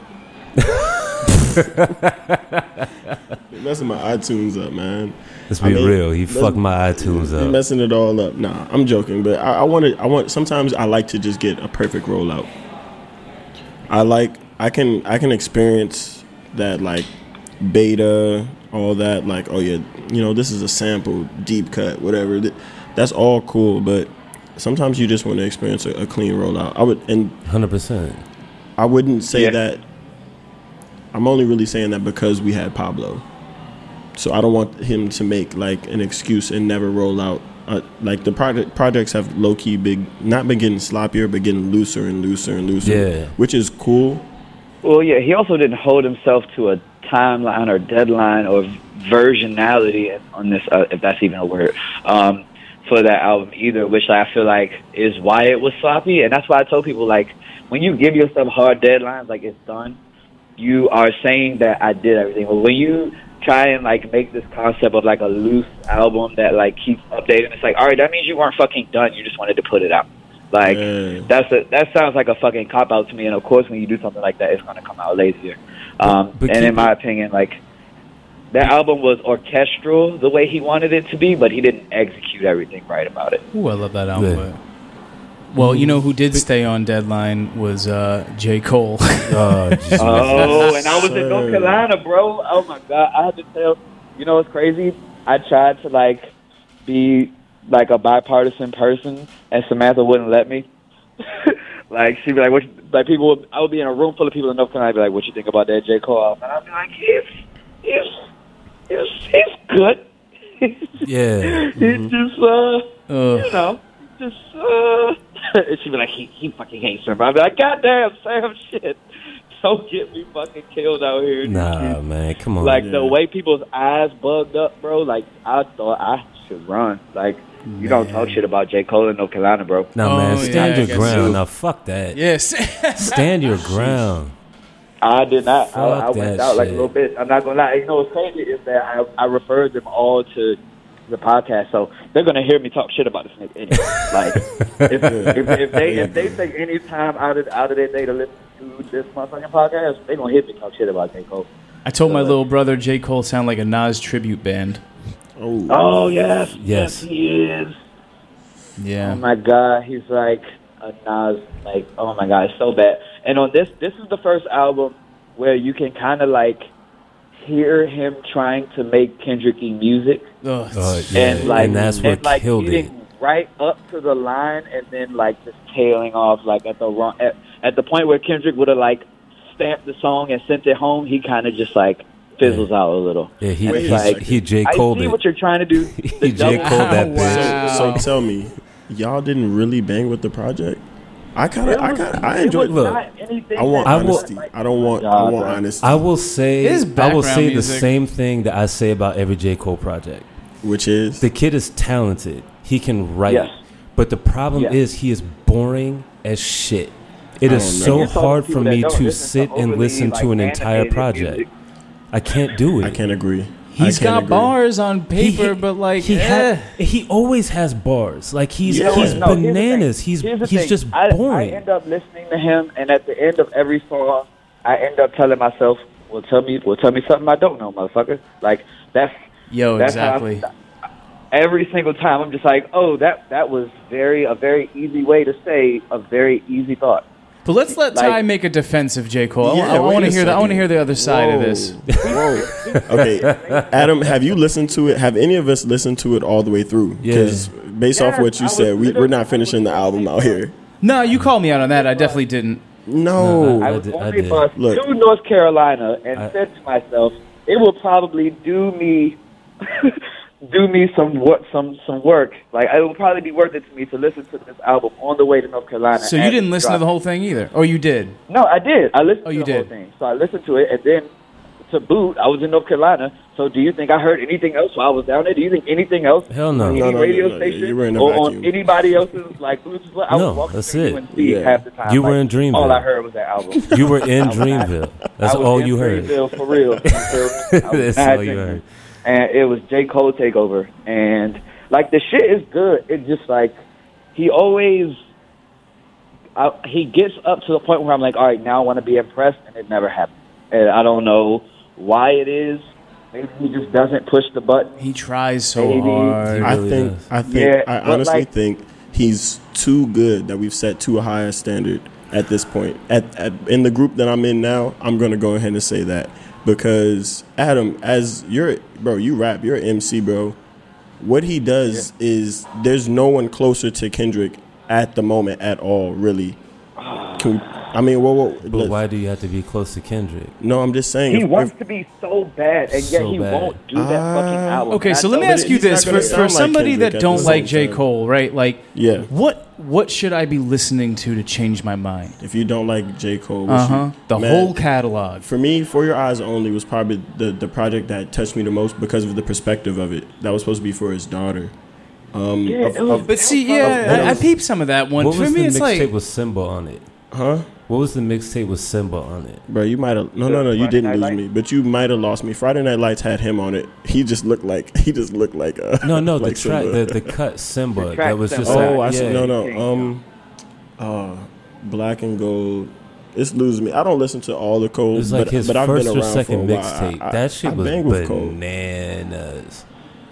S4: you messing my iTunes up, man.
S3: Let's be
S4: I mean,
S3: real. He
S4: let's-
S3: fucked my iTunes
S4: You
S3: up.
S4: messing it all up. Nah, I'm joking, but I, I want to. I want. Sometimes I like to just get a perfect rollout. I like. I can. I can experience that like beta, all that. Like, oh yeah, you know, this is a sample, deep cut, whatever. Th- That's all cool, but sometimes you just want to experience a, a clean rollout. I would, and
S3: Hundred percent.
S4: I wouldn't say
S1: Yeah.
S4: that. I'm only really saying that because we had Pablo. So I don't want him to make like an excuse and never roll out. Uh, like the project projects have low key big not been getting sloppier, but getting looser and looser and looser.
S3: Yeah.
S4: which is cool.
S1: Well, yeah, he also didn't hold himself to a timeline or deadline or versionality on this, uh, if that's even a word, um, for that album either, which I feel like is why it was sloppy. And that's why I told people, like, when you give yourself hard deadlines, like it's done, you are saying that I did everything. But when you try and, like, make this concept of, like, a loose album that, like, keeps updating, it's like, all right, that means you weren't fucking done. You just wanted to put it out. Like,
S4: Yeah.
S1: that's a, that sounds like a fucking cop out to me. And of course, when you do something like that, it's gonna come out lazier. Um,
S3: But- but
S1: and
S3: keep
S1: in my opinion, like that album was orchestral the way he wanted it to be, but he didn't execute everything right about it.
S2: Ooh, I love that album.
S3: Yeah.
S2: but- Well, you know who did stay on deadline was uh, J.
S3: <laughs>
S2: Cole. <laughs>
S1: Uh,
S3: Oh, Jesus.
S1: Oh, and I was in North
S4: sir.
S1: Carolina, bro. Oh my god, I had to tell. You know what's crazy? I tried to like be like a bipartisan person, and Samantha wouldn't let me. <laughs> like she'd be like, "What?" you- Like people, would, I would be in a room full of people in North Carolina, I'd be like, "What you think about that J Cole?" And I'd be like, "It's, it's, it's, it's good. <laughs>
S3: yeah.
S1: It's just uh." you
S2: Ugh.
S1: know, just uh, <laughs> and she'd be like, he, he fucking hates her. But I'd be like, goddamn, Sam, shit, don't get me fucking killed out here.
S3: Nah, man. Come on.
S1: Like
S4: yeah.
S1: the way people's eyes bugged up, bro. Like I thought I should run. Like you don't talk shit about J Cole in North Carolina, bro.
S3: nah, man.
S2: Oh, yeah,
S3: Stand
S2: I
S3: your
S2: guess
S3: ground.
S2: so.
S3: Now, fuck that.
S2: yes. <laughs>
S3: Stand your ground.
S1: I did not. I, I
S3: Fuck
S1: went
S3: that
S1: out like a
S3: shit.
S1: little bit. I'm not gonna lie. You know what's crazy is that I, I referred them all to the podcast, so they're gonna hear me talk shit about this
S3: <laughs>
S1: nigga. Anyway. like if, if, if they if they take any time out of out of their day to listen to this motherfucking podcast, they gonna hear me talk shit about J Cole.
S2: I told my little brother J. Cole sound like a Nas tribute band.
S4: Oh,
S1: Oh yes,
S3: Yes.
S1: he is.
S2: Yeah.
S1: Oh my god, he's like a Nas. Like oh my god, it's so bad. And on this, this is the first album where you can kind of like hear him trying to make Kendricky music,
S2: Ugh.
S3: Oh, yeah.
S1: and like
S3: that's what
S1: and, like,
S3: killed
S1: he
S3: it.
S1: didn't right up to the line and then like just tailing off like at the wrong at, at the point where Kendrick would have like stamped the song and sent it home, he kind of just like fizzles out a little.
S3: Yeah, he
S4: Wait
S3: he,
S4: a second.
S3: he J
S1: I
S3: Cole
S1: see
S3: it.
S1: what you're trying
S3: <laughs>
S1: to do.
S3: He J
S1: double-
S3: Cole that
S2: Oh,
S3: bitch.
S2: wow.
S4: So tell me, y'all didn't really bang with the project? I kind of, I kind of, I enjoyed.
S1: It was
S3: look,
S1: not anything
S4: I want
S3: I will-
S4: honesty. I don't want. I
S1: God,
S4: want
S1: bro.
S4: honesty,
S3: I will say
S2: His
S3: I will
S2: background
S3: say the
S2: music-
S3: same thing that I say about every J Cole project.
S4: which is
S3: The kid is talented. He can write.
S1: Yes.
S3: But the problem
S1: Yes.
S3: is he is boring as shit. It
S4: I
S3: is
S4: don't know. And
S3: so hard for me to
S1: This is
S3: sit
S1: some
S3: and
S1: overly,
S3: listen to
S1: like,
S3: an entire
S1: animated
S3: project.
S1: music.
S3: I can't do it.
S4: I can't agree.
S2: He's
S4: I can't
S2: got
S4: agree.
S2: bars on
S3: He-
S2: paper, but like
S3: he
S2: eh.
S3: ha- he always has bars. Like he's
S4: Yeah.
S3: he's
S4: No,
S1: here's the thing.
S3: bananas. He's
S1: Here's the
S3: he's
S1: thing.
S3: just
S1: I,
S3: boring.
S1: I end up listening to him, and at the end of every song, I end up telling myself, "Well, tell me, well, tell me something I don't know, motherfucker." Like that's
S2: yo,
S1: that's how I'm-
S2: Oh, exactly.
S1: every single time. I'm just like, "Oh, that that was very a very easy way to say a very easy thought."
S2: But let's let
S1: like-
S2: Ty make a defense of J Cole. I- I,
S4: Yeah, wait
S2: want
S4: a
S2: to hear the I want
S4: second.
S2: to hear the other side of this. <laughs>
S4: Whoa. okay, Adam, have you listened to it? Have any of us listened to it all the way through? Because based off
S1: Yes,
S4: what you
S1: I was
S4: said, we, we're
S1: literally-
S4: not finishing the album out here.
S2: No, you call me out on that. I definitely didn't.
S4: No,
S3: I
S1: I was
S3: did- I
S1: only
S3: did.
S1: bus
S4: Look.
S1: to North Carolina and
S3: I-
S1: said to myself, "It will probably do me, <laughs> do me some work, some some work. Like it will probably be worth it to me to listen to this album on the way to North Carolina."
S2: So you
S1: as
S2: didn't
S1: it
S2: listen to
S1: dropped.
S2: the whole thing either, or you did?
S1: No, I did. I listened
S2: Oh,
S1: to
S2: you
S1: the whole
S2: did.
S1: thing. So I listened to it, and then to boot, I was in North Carolina. So do you think I heard anything else while I was down there? Do you think anything else?
S3: Hell no.
S1: on
S3: No,
S1: Any
S4: no, no,
S1: radio
S4: no, yeah,
S1: station
S4: you were in a
S1: or
S4: vacuum.
S1: on anybody else's like Bluetooth? I
S3: No,
S1: was walking
S3: that's
S1: through
S3: it.
S1: UNC half the time.
S3: You were
S1: Like,
S3: in Dreamville.
S1: All I heard was that album.
S3: You
S1: <laughs>
S3: were in Dreamville. That's
S1: I was
S3: all
S1: in
S3: you heard.
S1: Greenville For real.
S3: <laughs>
S1: You feel me? I was
S3: That's
S1: mad
S3: all you heard.
S1: And it was J. Cole takeover. And like the shit is good. It just like he always I, he gets up to the point where I'm like, all right, now I want to be impressed, and it never happens. And I don't know why it is. Maybe he just doesn't push the button.
S2: He tries so
S1: Maybe.
S2: hard.
S4: I
S3: really
S4: think,
S3: does.
S4: I think,
S1: Yeah,
S4: I
S1: but,
S4: honestly
S1: like-
S4: think he's too good that we've set too high a standard at this point. At, at in the group that I'm in now, I'm gonna go ahead and say that because Adam, as you're bro, you rap, you're an MC, bro. What he does is there's no one closer to Kendrick at the moment at all, really. Can we, I mean, whoa, whoa,
S3: But
S4: let's-
S3: why do you have to be close to Kendrick?
S4: No, I'm just saying.
S1: He
S4: if-
S1: wants
S4: if-
S1: to be so bad, and yet
S3: So
S1: he
S3: bad. Uh,
S1: won't do that fucking
S4: Ah.
S1: album.
S2: Okay,
S1: And
S2: so
S1: I
S2: let me
S1: know
S2: ask
S1: that
S2: you
S4: he's not
S2: this
S4: gonna
S2: for,
S4: sound
S2: for
S4: like
S2: somebody
S4: Kendrick
S2: that
S4: at the
S2: don't
S4: same
S2: like J
S4: time.
S2: Cole, right? Like,
S4: Yeah.
S2: what what should I be listening to to change my mind?
S4: if you don't like J. Cole, what
S2: Uh huh.
S3: Uh-huh.
S4: you-
S2: The
S4: Uh-huh. man,
S2: whole catalog.
S4: For me, For Your Eyes Only was probably the, the project that touched me the most because of the perspective of it. That was supposed to be for his daughter. Um,
S1: Yeah,
S4: of-
S1: it was-
S4: of-
S2: But see, yeah, I, I peeped some of that one.
S3: What
S2: For
S3: was the
S2: me, it's
S3: mixtape
S2: like
S3: with Simba on it?
S4: huh?
S3: What was the mixtape with Simba on it?
S4: Bro, you might have no, no, no. You
S1: Friday
S4: didn't
S1: Night
S4: lose
S1: Lights?
S4: me, but you might have lost me. Friday Night Lights had him on it. He just looked like <laughs> he just looked like uh
S3: No,
S4: <laughs>
S3: no,
S4: like
S3: the track,
S4: Simba.
S3: the, the cut Simba
S1: track
S3: that was just
S1: Simba.
S4: oh,
S3: like,
S4: I see.
S3: yeah.
S4: No, no. Um, uh, Black and Gold. It's losing me. I don't listen to all the Coles,
S3: It was like
S4: but,
S3: his
S4: but I've
S3: first
S4: been
S3: or
S4: around
S3: second
S4: for a while. I-
S3: mixtape.
S4: I-
S3: that shit
S4: I
S3: was
S4: bang with Cole.
S3: bananas.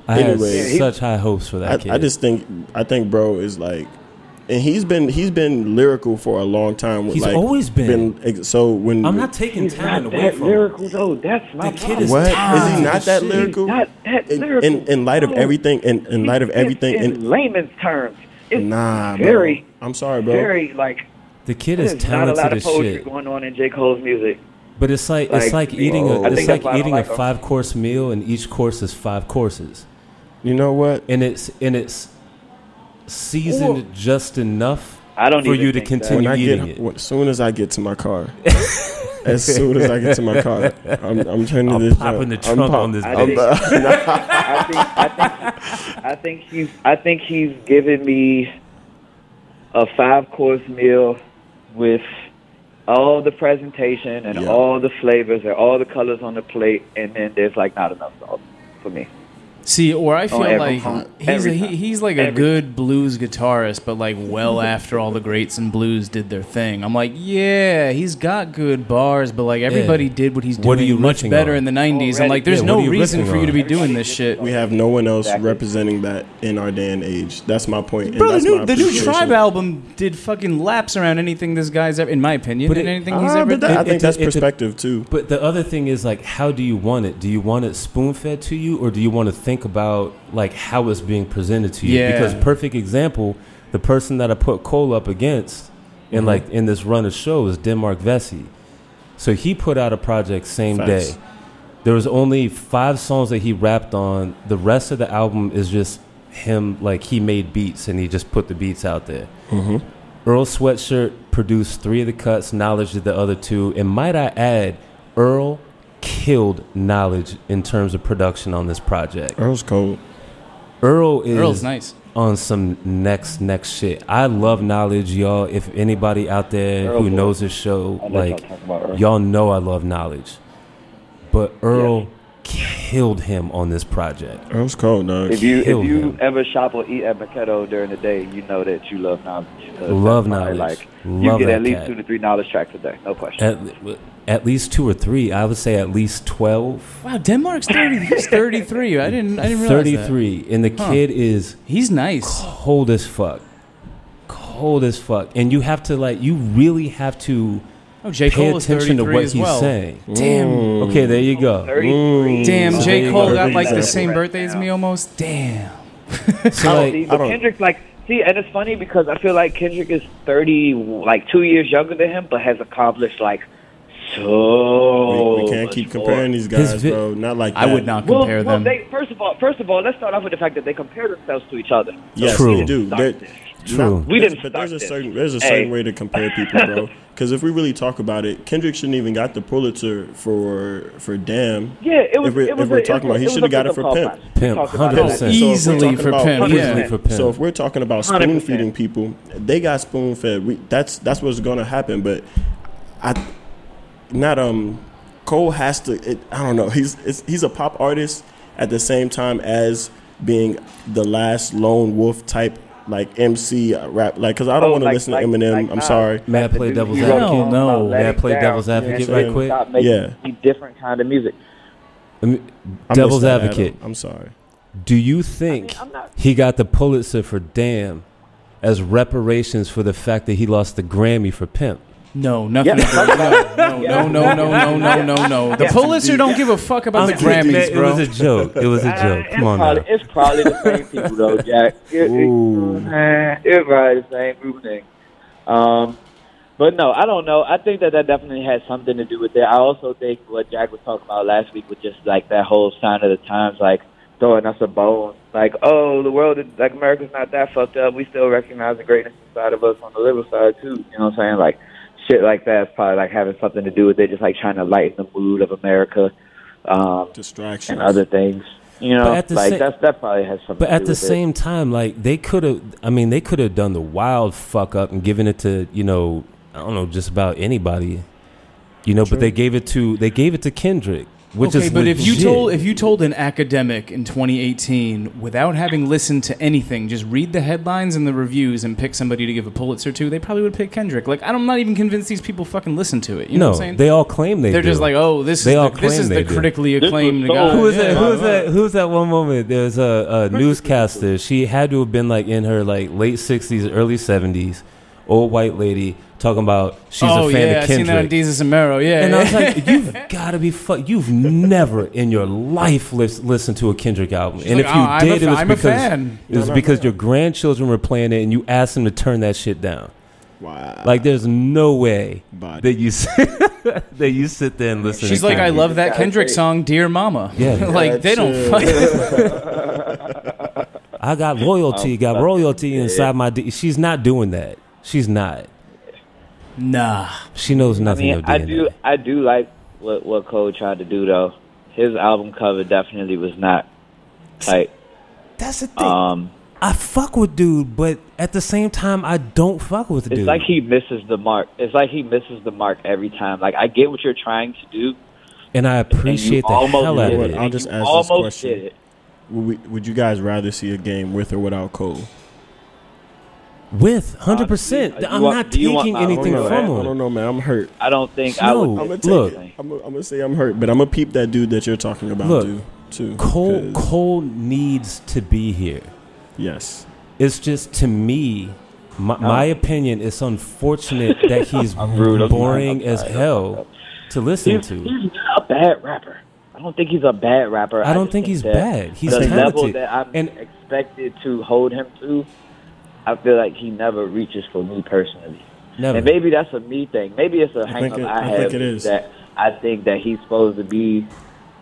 S3: I
S4: Anyway.
S3: had such high hopes for that
S4: I,
S3: kid.
S4: I just think I think bro is like, and he's been he's been lyrical for a long time. With
S3: He's
S4: like,
S3: always been.
S4: ex- so when
S3: I'm not taking
S1: He's
S3: talent
S1: not
S3: away
S1: that
S3: from him.
S1: lyrical though. That's my
S3: The kid is
S1: problem.
S4: what is
S3: talented
S4: he
S3: as
S4: not that
S3: shit.
S4: lyrical?
S1: Not that
S4: in,
S1: lyrical. Oh.
S4: in, in light of
S1: No.
S4: everything, in, in light of
S1: It's
S4: everything,
S1: in
S4: in,
S1: layman's terms, it's
S4: nah, bro.
S1: very,
S4: I'm sorry, bro.
S1: very like
S3: The kid is
S1: there's not a lot
S3: talented
S1: of
S3: as
S1: poetry
S3: shit.
S1: going on in J Cole's music.
S3: But it's like, it's like
S1: Like,
S3: eating
S4: whoa.
S3: a
S4: I
S3: it's
S4: think
S3: like
S1: that's why I don't
S3: eating
S1: like oh.
S3: a
S1: him.
S3: five course meal and each course is five courses.
S4: You know what?
S3: And it's and it's seasoned just enough
S1: I don't
S3: for
S1: even
S3: you to
S1: think that.
S3: continue
S4: when I
S3: eating
S4: get,
S3: it.
S4: when- as soon as I get to my
S3: <laughs>
S4: car, as soon as I get to my car, I'm, I'm turning
S3: I'm
S4: this.
S3: popping
S4: joint.
S3: the
S4: I'm
S3: trunk
S4: pop-
S3: on this
S4: I'm,
S1: bitch. I think I think I think he's I think he's giving me a five course meal with all the presentation and
S4: Yeah.
S1: all the flavors and all the colors on the plate, and then there's like not enough sauce for me.
S2: See, or I feel
S1: every
S2: like
S1: time.
S2: he's a,
S1: Oh, Every
S2: he,
S1: time.
S2: he's like a
S1: Every
S2: good blues guitarist, but like well after all the greats and blues did their thing. I'm like, yeah, he's got good bars, but like everybody did what he's doing
S3: What are you
S2: much
S3: riffing
S2: better
S3: on?
S2: in the '90s. I'm
S1: Already.
S2: like, there's
S3: Yeah,
S2: no
S3: what are you
S2: reason
S3: riffing
S2: for you to
S3: on?
S2: be doing this shit.
S4: we have no one else
S1: Exactly.
S4: representing that in our day and age. That's my point. and
S2: Bro, the
S4: that's
S2: new
S4: my
S2: the new
S4: appreciation.
S2: Tribe album did fucking laps around anything this guy's ever, in my opinion,
S3: Uh, But
S2: and
S3: it-
S2: anything he's
S4: Ah,
S2: ever
S4: but that-
S2: done.
S4: I
S3: It-
S4: think
S3: it-
S4: that's
S3: it-
S4: perspective too.
S3: But the other thing is like, how do you want it? Do you want it spoon fed to you, or do you want to think think about like how it's being presented to you.
S2: Yeah.
S3: Because perfect example, the person that I put Cole up against in like in this run of show is Denmark Vesey. So he put out a project same
S4: Facts.
S3: day. There was only five songs that he rapped on. The rest of the album is just him like he made beats and he just put the beats out there. Earl Sweatshirt produced three of the cuts. Knowledge did the other two. And might I add, Earl killed Knowledge in terms of production on this project.
S4: Earl's cold.
S3: Earl is
S2: Earl's nice.
S3: on some next next shit. I love Knowledge, y'all. If anybody out there
S1: Earl
S3: who
S1: boy.
S3: knows this show,
S1: I like
S3: like
S1: talking about Earl.
S3: y'all know I love Knowledge, but Earl killed him on this project.
S4: Earl's cold, dog.
S1: If you if
S3: Kill
S1: you
S3: him.
S1: ever shop or eat at Makedo during the day, you know that you love knowledge. 'Cause
S3: Love
S1: that's probably,
S3: knowledge.
S1: Like
S3: Love
S1: you get
S3: that
S1: at least
S3: cat.
S1: two to three knowledge tracks a day, no question.
S3: At, at least two or three. I would say at least twelve.
S2: Wow, Denmark's thirty. He's thirty-three. I didn't. I didn't realize that.
S3: 33 and the
S2: Huh.
S3: kid is
S2: He's nice.
S3: cold as fuck cold as fuck and you have to like you really have to
S2: Oh, J.
S3: pay
S2: Cole is
S3: attention to
S2: thirty-three
S3: what
S2: as
S3: he's
S2: well.
S3: saying
S2: Damn.
S3: okay there you go
S1: 33.
S2: Damn,
S4: So
S2: J.
S4: there you
S2: Cole
S4: go.
S2: got like the
S4: Perfect
S2: same
S1: example.
S2: birthday as me almost. Damn.
S3: so
S1: see,
S3: like
S1: but
S4: don't-
S1: Kendrick's like, see, and it's funny because I feel like Kendrick is thirty, like two years younger than him, but has accomplished like so.
S4: we, we can't
S1: much
S4: keep
S1: more.
S4: comparing these
S3: His
S4: guys,
S3: vi-
S4: bro. Not like that.
S2: I would not
S1: Well,
S2: compare
S1: well,
S2: them.
S1: They, first of all, first of all, let's start off with the fact that they compare themselves to each other.
S4: Yes,
S3: True.
S4: we do.
S1: Stop
S4: There-
S1: this.
S3: True.
S1: We didn't
S4: But there's a
S1: start this.
S4: certain there's a
S1: Hey.
S4: certain way to compare people,
S1: <laughs>
S4: bro. Because if we really talk about it, Kendrick shouldn't even got the Pulitzer for for Damn.
S1: Yeah, it was.
S4: If we're,
S1: it was
S4: if we're
S1: a-
S4: talking
S1: it
S4: about,
S1: was-
S4: he
S1: was
S4: should have
S1: a
S4: got it for
S1: pickup
S4: Pimp.
S1: line. We
S3: Pimp,
S1: talked about
S3: hundred
S4: So
S1: that.
S4: if we're
S3: percent.
S2: Easily
S4: talking
S2: for
S4: about-
S2: Pimp,
S4: Easily
S2: yeah.
S3: for Pimp.
S4: So if we're talking about
S1: 100%.
S4: spoon feeding people, they got spoon fed. We, that's that's what's gonna happen. But I, not um, Cole has to. It, I don't know. He's it's, he's a pop artist at the same time as being the last lone wolf type like MC rap. Like, cause I don't
S1: Oh,
S4: want to
S1: like-
S4: listen
S1: like-
S4: to Eminem.
S1: like
S4: I'm
S1: Nas.
S4: sorry.
S3: May I
S1: Like the
S3: play
S1: dude
S3: devil's
S1: who wrote
S2: advocate?
S1: songs about
S2: No.
S1: Let
S3: May I
S1: It
S3: play
S1: Down,
S3: devil's
S1: you know,
S3: advocate
S1: so
S3: right
S1: they
S3: quick?
S1: Stop making
S4: Yeah.
S1: these different kind of music.
S3: I mean,
S4: I missed
S3: devil's
S4: that,
S3: advocate
S4: Adam. I'm sorry.
S3: do you think
S1: I mean, I'm not-
S3: he got the Pulitzer for damn as reparations for the fact that he lost the Grammy for pimp
S2: No, nothing.
S1: Yeah.
S2: to do- No, <laughs> no, no, no, no, no, no, no. The Pulitzer don't give a fuck about the Grammys,
S3: it was
S2: bro.
S3: a joke it was a joke
S1: Uh,
S3: come on
S1: probably,
S3: now
S1: It's probably the same people though, Jack. It,
S4: Ooh.
S1: it, man, it's probably the same group thing. Um, but no, I don't know. I think that that definitely has something to do with it. I also think what Jack was talking about last week was just like that whole sign of the times, like throwing us a bone, like oh, the world, is, like America's not that fucked up. We still recognize the greatness inside of us on the liberal side too. You know what I'm saying? Like shit like that's probably like having something to do with it. Just like trying to lighten the mood of America. Um,
S4: Distractions.
S1: and other things. You know,
S3: at the
S1: like
S3: sa-
S1: that's that probably has something.
S3: But
S1: to
S3: at
S1: do
S3: the
S1: with it.
S3: same time, like they could have, I mean, they could have done the wild fuck up and given it to you know, I don't know, just about anybody, you know. But they gave it to they gave it to Kendrick, which
S2: Okay,
S3: is
S2: but if you
S3: legit.
S2: told if you told an academic in 2018 without having listened to anything, just read the headlines and the reviews and pick somebody to give a Pulitzer to, they probably would pick Kendrick. Like I'm not even convinced these people fucking listen to it. You know
S3: no,
S2: what I'm saying?
S3: they all claim they
S2: They're
S3: do.
S2: just like, oh, this
S3: They
S2: is
S3: all
S2: the, this
S3: claim
S2: is
S3: they
S2: the
S3: do.
S2: critically
S1: This
S2: acclaimed
S1: was
S2: guy.
S1: so-
S3: Who was that?
S2: Oh, Yeah.
S3: Who was that? Who was that one moment? There's a, a newscaster. She had to have been like in her like late 60s, early 70s, old white lady talking about she's
S2: oh
S3: a fan
S2: yeah,
S3: of
S2: I seen
S3: Kendrick.
S2: that on Jesus and Mero. Yeah,
S3: And I was
S2: yeah.
S3: like, you've got to be fuck. You've never in your life lis- listened to a Kendrick album. and
S2: like,
S3: if you
S2: "Oh, I'm
S3: did,
S2: a
S3: it
S2: fa-
S3: was
S2: I'm a
S3: because
S2: fan."
S3: it was because your grandchildren were playing it, and you asked them to turn that shit down.
S4: Wow.
S3: Like, there's no way
S4: Body.
S3: that you sit, <laughs> that you sit there and listen.
S2: <laughs> She's
S3: to
S2: like, I
S3: Kendrick.
S2: love that Kendrick song, "Dear Mama."
S3: Yeah.
S2: <laughs> like they don't.
S4: Gotcha.
S2: Fucking,
S3: I got loyalty, got royalty inside my. D-. She's not doing that. She's not.
S2: nah.
S3: She knows
S1: I
S3: nothing
S1: mean,
S3: of
S1: I
S3: doing
S1: do,
S3: that.
S1: I do like what what Cole tried to do though. His album cover definitely was not tight.
S3: That's the thing.
S1: Um,
S3: I fuck with dude, but at the same time, I don't fuck with
S1: it's
S3: dude.
S1: like he misses the mark. It's like he misses the mark every time. Like I get what you're trying to do.
S3: and I
S1: and you
S3: appreciate the
S1: almost
S3: hell out
S1: did
S3: of
S4: it.
S3: it.
S4: I'll just
S1: You
S4: ask this
S1: almost
S4: question.
S1: Did it.
S4: Would, we, would you guys rather see a game with or without Cole?
S3: With hundred percent,
S1: Honestly,
S3: I'm
S1: Uh, you want-
S3: not
S1: do you
S3: taking
S1: want my
S3: anything
S1: opinion?
S4: I
S3: from
S4: don't
S3: him.
S4: know, man. I'm hurt.
S1: I don't think I
S3: No,
S4: I'm gonna
S1: would.
S4: take
S3: Look.
S4: it. I'm, gonna- I'm gonna say I'm hurt, but I'm gonna peep that dude that you're talking about
S3: Look,
S4: dude, too.
S3: Cole
S4: 'cause-
S3: Cole needs to be here.
S4: Yes.
S3: It's just to me, my, my opinion. It's
S1: <laughs>
S3: unfortunate that he's
S1: rude. I'm
S3: boring
S1: sorry.
S3: as hell to listen
S1: He's,
S3: to.
S1: he's not a bad rapper. I don't think he's a bad rapper.
S3: I don't
S1: just
S3: think he's
S1: that
S3: bad. He's
S1: the level
S3: talented.
S1: that I'm
S3: And-
S1: expected to hold him to. I feel like he never reaches for me personally,
S3: Never.
S1: and
S2: Uh-huh.
S1: maybe that's a me thing. Maybe it's a hang
S4: think
S1: up
S4: it-
S1: I,
S4: I
S1: have
S4: think it is.
S1: that I think that he's supposed to be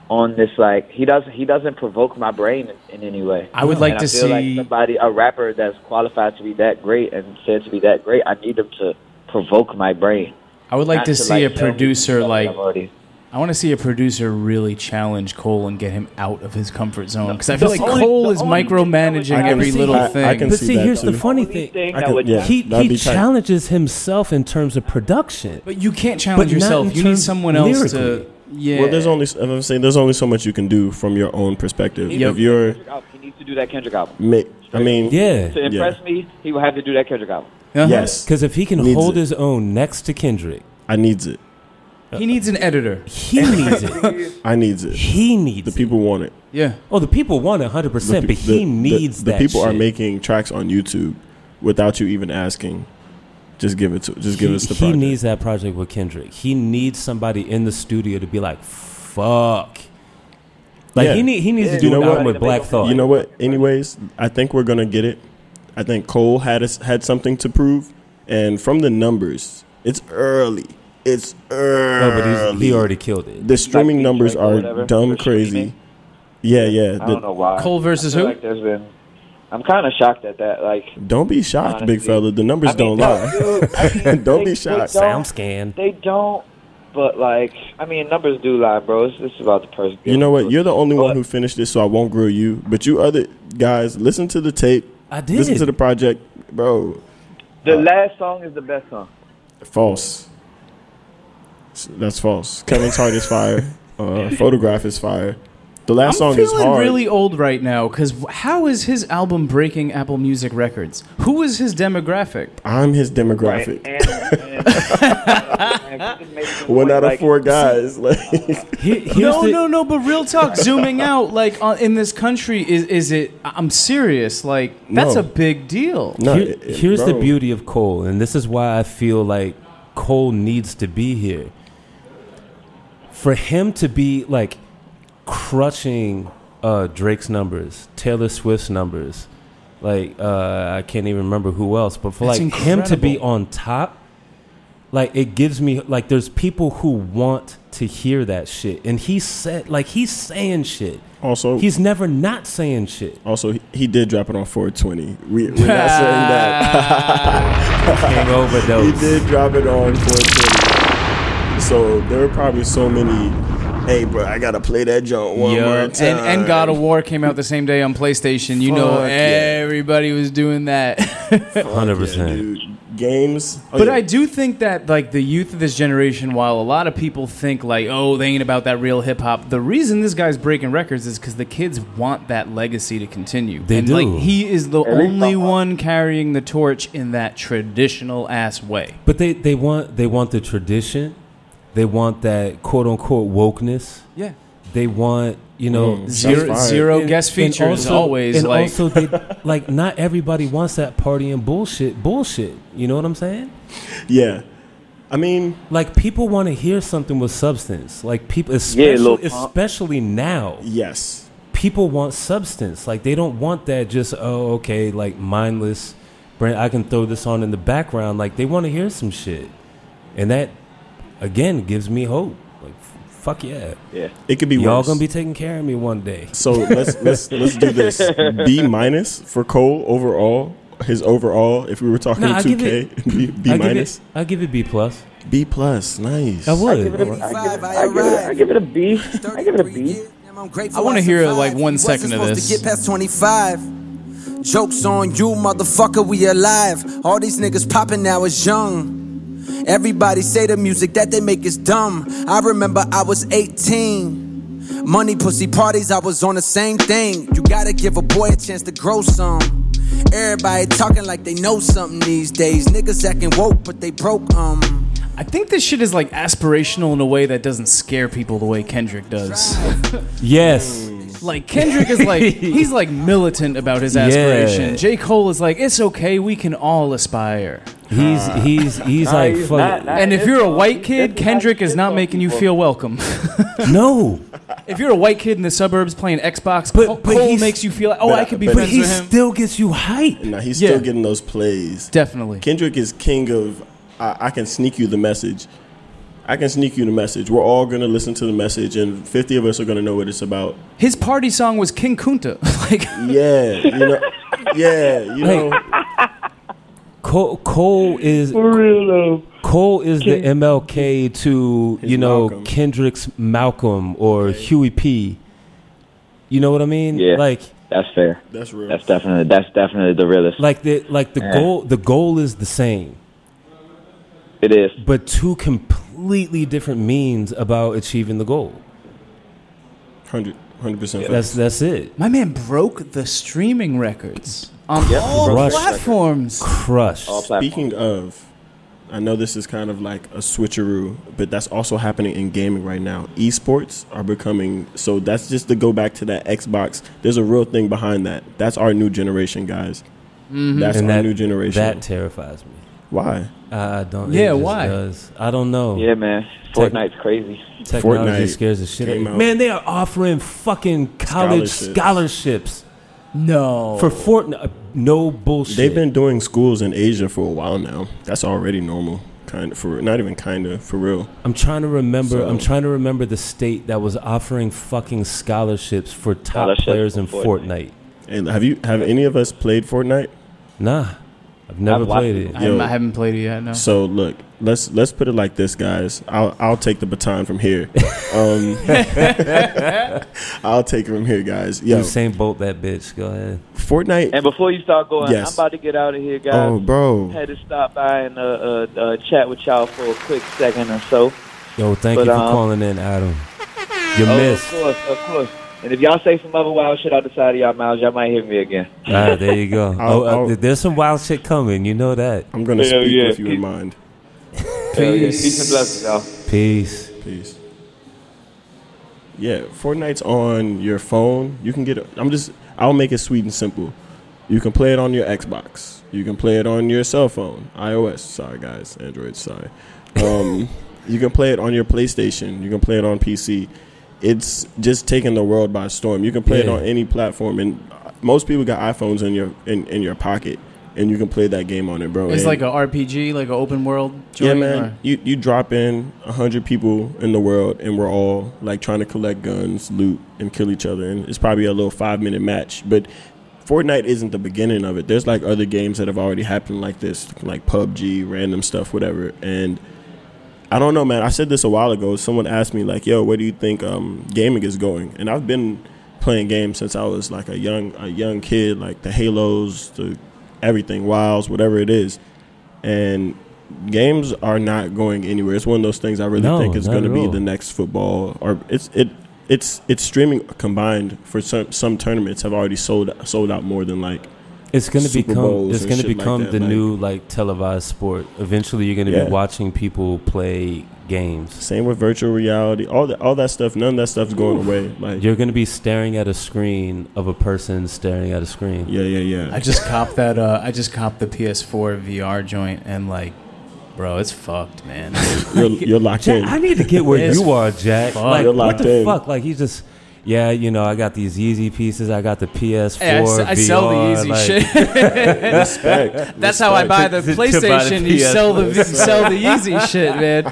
S1: on this like he doesn't he doesn't provoke my brain in, in any way.
S2: I would
S1: And
S2: like to
S1: feel
S2: see-
S1: like somebody a rapper that's qualified to be that great and said to be that great. I need them to provoke my brain.
S2: I would like
S1: not
S2: to see
S1: like,
S2: a
S1: tell me
S2: producer
S1: stuff that
S2: like
S1: I've already-
S2: I want to see a producer really challenge Cole and get him out of his comfort zone because I
S3: The
S2: feel like
S3: only-
S2: Cole
S1: the
S2: is
S1: only
S2: micromanaging
S1: challenge I
S2: every
S3: can
S2: little
S3: see- I- I
S2: thing.
S4: can
S3: But
S4: see
S3: see,
S4: that,
S3: here's
S4: too.
S3: the funny
S1: Only
S3: thing.
S1: thing
S4: I
S1: that
S4: could-
S1: would
S4: yeah.
S3: He,
S4: That'd
S3: he
S4: be tight.
S3: challenges himself in terms of production.
S2: But you can't challenge
S3: not in
S2: yourself. You need
S3: terms-
S2: someone else to.
S3: lyrically.
S2: Yeah.
S4: Well, there's only as I'm saying there's only so much you can do from your own perspective.
S2: Yep.
S4: If you're,
S1: Kendrick album. He needs to do that Kendrick album.
S4: ma- I mean,
S3: Yeah.
S1: To impress me, he will have to do that Kendrick album.
S2: Uh-huh.
S4: yes,
S3: Because if he can
S4: Needs
S3: hold
S4: it.
S3: his own next to Kendrick,
S4: I needs it.
S2: He needs an editor.
S4: <laughs>
S3: he needs it.
S4: I needs it.
S3: He needs
S4: The
S3: it.
S4: people want it.
S2: Yeah.
S3: Oh, the people want it 100%,
S4: The pe-
S3: but
S4: the-
S3: he
S4: the-
S3: needs
S4: the
S3: that
S4: people are
S3: shit.
S4: making tracks on YouTube without you even asking. Just give it to. Just give
S3: he,
S4: us the.
S3: he
S4: project.
S3: needs that project with Kendrick. He needs somebody in the studio to be like, "Fuck." Like
S4: Yeah.
S3: he need, he needs
S1: Yeah.
S3: to do
S4: You know
S3: an
S4: what?
S3: album with Black Thought.
S4: You know what? Anyways, I think we're gonna get it. I think Cole had us, had something to prove, and from the numbers, it's early. It's
S3: No,
S4: early.
S3: but he's, he already killed it.
S4: The streaming
S1: Like,
S4: numbers
S1: like,
S4: are
S1: whatever,
S4: dumb
S1: for
S4: crazy.
S1: streaming.
S4: Yeah, yeah.
S1: I
S4: The-
S1: don't know why.
S2: Cole versus
S1: I feel
S2: who?
S1: Like there's been, I'm kind of shocked at that. Like,
S4: don't be shocked, big
S1: honestly.
S4: fella. The numbers
S1: I mean,
S4: don't
S1: no,
S4: lie.
S1: dude, I
S4: <laughs>
S1: mean,
S4: Don't
S1: they-
S4: be
S1: they
S4: shocked.
S1: don't-
S3: Sound scan.
S1: They don't. But like, I mean, numbers do lie, bro. It's, it's about the person.
S4: You know what? You're the only one
S1: But-
S4: who finished this, so I won't grill you. But you other guys, listen to the tape.
S3: I did.
S4: Listen to the project, bro. Uh,
S1: the last song is the best song.
S4: False. S- That's false. Kevin's heart is fire. Uh, photograph is fire. The
S2: I'm
S4: last song is
S2: feeling
S4: hard.
S2: really old right now because how is his album breaking Apple Music records? Who is his demographic?
S4: I'm his demographic.
S1: And,
S4: <laughs>
S1: and, uh, and just make the
S4: One
S1: point,
S4: out of
S1: like, uh,
S4: four guys. <laughs> Like,
S3: Here- here's
S2: No,
S3: the-
S2: no, no. But real talk, zooming out, like on, in this country, is is it? I'm serious. Like that's
S4: No.
S2: a big deal.
S4: no,
S3: Here-
S4: it- it-
S3: here's the
S4: bro.
S3: beauty of Cole, and this is why I feel like Cole needs to be here. For him to be like crushing uh, Drake's numbers, Taylor Swift's numbers, like uh, I can't even remember who else, but for
S2: That's
S3: like him to be
S2: incredible.
S3: on top, like it gives me like there's people who want to hear that shit, and he said like he's saying shit.
S4: Also,
S3: He's never not saying shit.
S4: also he, he did drop it on 420. We, we're not saying that.
S3: King
S4: he
S3: overdose.
S4: did drop it on 420. So there were probably so many. Hey, bro, I gotta play that jump one more
S2: And,
S4: time.
S2: and God of War came out the same day on PlayStation. You know,
S4: Fuck yeah.
S2: everybody was doing that. <laughs>
S3: Hundred
S4: Yeah,
S3: percent.
S4: dude. Games. Oh,
S2: But
S4: yeah.
S2: I do think that like the youth of this generation, while a lot of people think like, oh, they ain't about that real hip hop, the reason this guy's breaking records is because the kids want that legacy to continue.
S3: They
S2: and
S3: do.
S2: like he is the
S1: least
S2: only
S1: someone.
S2: one carrying the torch in that traditional ass way.
S3: But they, they want they want the tradition, they want that quote unquote wokeness.
S2: Yeah.
S3: They want you know
S4: Mm.
S2: Zero
S4: Shots fired.
S2: zero
S3: and-
S2: guest
S3: and
S2: features
S3: also-
S2: always
S3: And
S2: like <laughs>
S3: also, they, like not everybody wants that party and bullshit bullshit. You know what I'm saying?
S4: Yeah. I mean,
S3: Like people want to hear something with substance. Like people, especially
S1: Lil Pump.
S3: especially now,
S4: yes.
S3: people want substance. Like they don't want that just oh okay like mindless. Brand, I can throw this on in the background. Like they want to hear some shit, and that again gives me hope. Like f- fuck yeah,
S1: Yeah.
S4: It could be
S3: y'all
S4: worse.
S3: gonna be taking care of me one day.
S4: so let's let's let's do this. B minus for Cole overall. His overall, if we were talking
S3: No, I
S4: two
S3: give
S4: K,
S3: it-
S4: B, B
S3: I give it,
S4: minus,
S3: I give it B plus.
S4: B plus, nice.
S3: I
S1: I give it a
S3: would.
S1: B. I give it a- I give it a B. I give it a B.
S2: I wanna hear, like, one second of this.
S5: To get past 25. Jokes on you, motherfucker, we alive. All these niggas popping now is young. Everybody say the music that they make is dumb. I remember I was 18. Money, pussy parties, I was on the same thing. You gotta give a boy a chance to grow some. Everybody talking like they know something these days. Niggas acting woke, but they broke, um.
S2: I think this shit is like aspirational in a way that doesn't scare people the way Kendrick does.
S3: Yes,
S1: Hmm.
S2: Like Kendrick is
S3: <laughs>
S2: like he's like militant about his aspiration.
S3: Yeah.
S2: J. Cole is like, it's okay, we can all aspire.
S3: he's he's he's like
S1: he's
S3: fuck
S1: not- not-
S2: And if you're a white
S1: That's
S2: kid,
S1: how
S2: Kendrick is
S1: shit
S2: not
S1: on
S2: making you
S1: people. <laughs>
S2: feel welcome.
S3: no,
S2: <laughs> If you're a white kid in the suburbs playing Xbox,
S3: But-
S2: Cole,
S3: but
S2: Cole
S3: he's-
S2: makes you feel like, oh,
S4: but-
S2: I could be
S4: but
S2: friends
S3: he
S2: with him.
S3: still gets you hype.
S4: And now he's
S2: Yeah.
S4: still getting those plays.
S2: Definitely.
S4: Kendrick is king of. I, I can sneak you the message. I can sneak you the message. We're all gonna listen to the message, and fifty of us are gonna know what it's about.
S2: His party song was King Kunta. <laughs> like,
S4: Yeah, you know. <laughs> Yeah, you know.
S3: Cole, Cole is Cole is the MLK to
S4: His
S3: you know
S4: Malcolm.
S3: Kendrick's Malcolm or Huey P. You know what I mean?
S1: Yeah.
S3: Like
S1: That's fair.
S4: That's real.
S1: That's definitely that's definitely the realest.
S3: like the like the
S1: Yeah.
S3: goal the goal is the same,
S1: it is.
S3: but two completely different means about achieving the goal.
S4: 100 percent.
S3: That's that's it.
S2: my man broke the streaming records on
S1: Yep,
S2: all
S3: broke the
S2: platforms.
S3: Crushed.
S1: All platforms.
S4: Speaking of, I know this is kind of like a switcheroo, but that's also happening in gaming right now. Esports are becoming so that's just to go back to that Xbox. There's a real thing behind that. That's our new generation, guys. That's
S3: And
S4: our
S3: that-
S4: new generation.
S3: That terrifies me.
S4: Why?
S3: I I don't. it
S2: Yeah,
S3: just
S2: why?
S3: does. I don't know.
S1: Yeah, man.
S3: Tech-
S1: Fortnite's crazy.
S3: Technology
S4: Fortnite
S3: scares the shit out of
S4: came
S3: me.
S4: out.
S3: Man, they are offering fucking college scholarships,
S4: Scholarships.
S2: No.
S3: for Fortnite. No bullshit.
S4: They've been doing schools in Asia for a while now. That's already normal, kind of for not even kind of for real.
S3: I'm trying to remember.
S4: So-
S3: I'm trying to remember the state that was offering fucking scholarships for top
S1: Scholarships
S3: players in
S1: for
S3: Fortnite.
S1: Fortnite.
S4: And have you have any of us played Fortnite?
S3: Nah, I've never
S1: I've watched
S3: played
S1: it.
S3: it.
S2: I, haven't,
S4: Yo.
S2: I haven't played it yet. No.
S4: So look, let's let's put it like this, guys. I'll I'll take the baton from here. Um, <laughs> I'll take it from here, guys. Yo,
S3: Usain Bolt, that bitch. Go ahead.
S4: Fortnite.
S1: And before you start going,
S4: Yes.
S1: I'm about to get out of here, guys.
S4: Oh, bro.
S1: Had to stop by and uh, uh, uh, chat with y'all for a quick second or so.
S3: Yo, thank
S1: But,
S3: you for
S1: um,
S3: calling in, Adam. You
S1: Oh,
S3: missed.
S1: Of course, of course. And if y'all say some other wild shit out the side of y'all mouths, y'all might hear me again.
S3: All right, there
S4: <laughs>
S3: you go.
S4: I'll-
S3: oh, uh,
S4: I'll-
S3: there's some wild shit coming. You know that.
S4: I'm gonna
S1: Hell
S4: speak
S1: yeah.
S4: with you in mind.
S1: Hell yeah. Peace and blessings, y'all.
S3: Peace.
S4: Peace. Yeah, Fortnite's on your phone. You can get it. I'm just. I'll make it sweet and simple. You can play it on your Xbox. You can play it on your cell phone, iOS. Sorry, guys, Android. Sorry. Um, <laughs> you can play it on your PlayStation. You can play it on PC. It's just taking the world by storm. You can play it
S3: Yeah.
S4: on any platform, and uh, most people got iPhones in your in, in your pocket, and you can play that game on it, bro.
S2: it's
S4: And-
S2: like a RPG, like an open world.
S4: yeah,
S2: joint,
S4: man.
S2: or-
S4: You you drop in a hundred people in the world, and we're all like trying to collect guns, loot, and kill each other. And it's probably a little five minute match, but Fortnite isn't the beginning of it. There's like other games that have already happened like this, like PUBG, random stuff, whatever. And I don't know, man. I said this a while ago. Someone asked me like, "Yo, where do you think um, gaming is going?" And I've been playing games since I was like a young a young kid, like the Halos, the everything, Wilds, whatever it is. And games are not going anywhere. It's one of those things I really
S3: No,
S4: think is
S3: not
S4: going to
S3: at
S4: be
S3: all.
S4: the next football, or it's it it's it's streaming combined for some some tournaments have already sold sold out more than like
S3: It's gonna
S4: Super
S3: become.
S4: Bowls
S3: it's
S4: and
S3: gonna
S4: shit like
S3: become
S4: that,
S3: the
S4: like-
S3: new like televised sport. Eventually, you're gonna
S4: Yeah.
S3: be watching people play games.
S4: same with virtual reality, all that all that stuff. None of that stuff's going away. Like yeah,
S3: You're gonna be staring at a screen of a person staring at a screen.
S4: yeah, yeah.
S2: I just copped that. Uh, I just copped the PS4 VR joint, and like, bro, it's fucked, man.
S4: you're, you're locked
S3: Jack,
S4: in.
S3: I need to get
S4: <laughs>
S3: where
S2: It's
S3: you are, Jack.
S2: fucked.
S3: Like
S4: You're
S3: what
S4: locked
S3: the
S4: in.
S3: fuck? Like he's just, yeah, you know, I got these Yeezy pieces. I got the
S2: <laughs>
S3: PS4.
S2: Hey, I, s- I sell the
S3: VR,
S2: easy
S3: like-
S2: shit. <laughs>
S3: <laughs>
S4: Respect.
S2: That's how I <laughs> buy the
S3: To- to buy the
S2: PlayStation. You
S3: PS4.
S2: sell the <laughs> you sell the easy shit, man.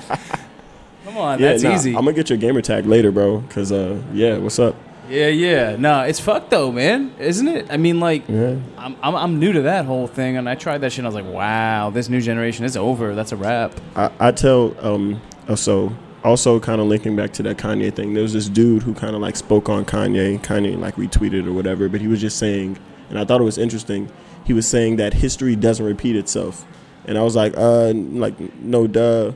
S2: Come on, that's easy.
S4: I'm gonna get your gamer tag later, bro. Cause uh, yeah, what's up?
S2: Yeah, yeah. No, it's fucked though, man. Isn't it? I mean, like,
S4: Yeah.
S2: I'm, I'm I'm new to that whole thing, and I tried that shit. and I was like, wow, this new generation is over. That's a wrap.
S4: I, I tell um, oh, so also kind of linking back to that Kanye thing. There was this dude who kind of like spoke on Kanye. Kanye like retweeted or whatever, but he was just saying, and I thought it was interesting. He was saying that history doesn't repeat itself, and I was like, uh, n- like no duh,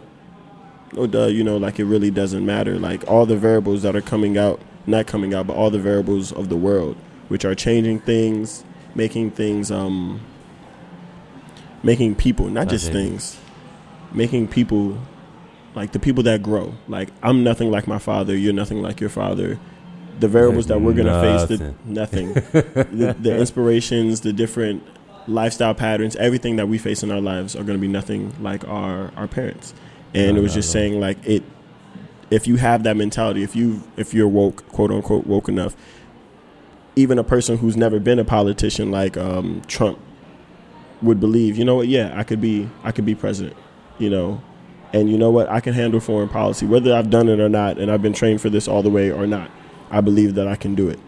S4: no duh. You know, like it really doesn't matter. Like all the variables that are coming out, not coming out, but all the variables of the world, which are changing things, making things um making people, not just
S3: Okay.
S4: things, making people like the people that grow. Like I'm nothing like my father. You're nothing like your father. The variables that we're gonna face, the nothing, the, the inspirations, the different lifestyle patterns, everything that we face in our lives are gonna be nothing like our our parents. And
S3: No,
S4: it was
S3: no,
S4: just
S3: no.
S4: saying like it if you have that mentality, if you if you're woke, quote unquote woke enough, even a person who's never been a politician like um, Trump would believe, you know what? Yeah, I could be I could be president, you know, and you know what? I can handle foreign policy, whether I've done it or not, and I've been trained for this all the way or not. I believe that I can do it,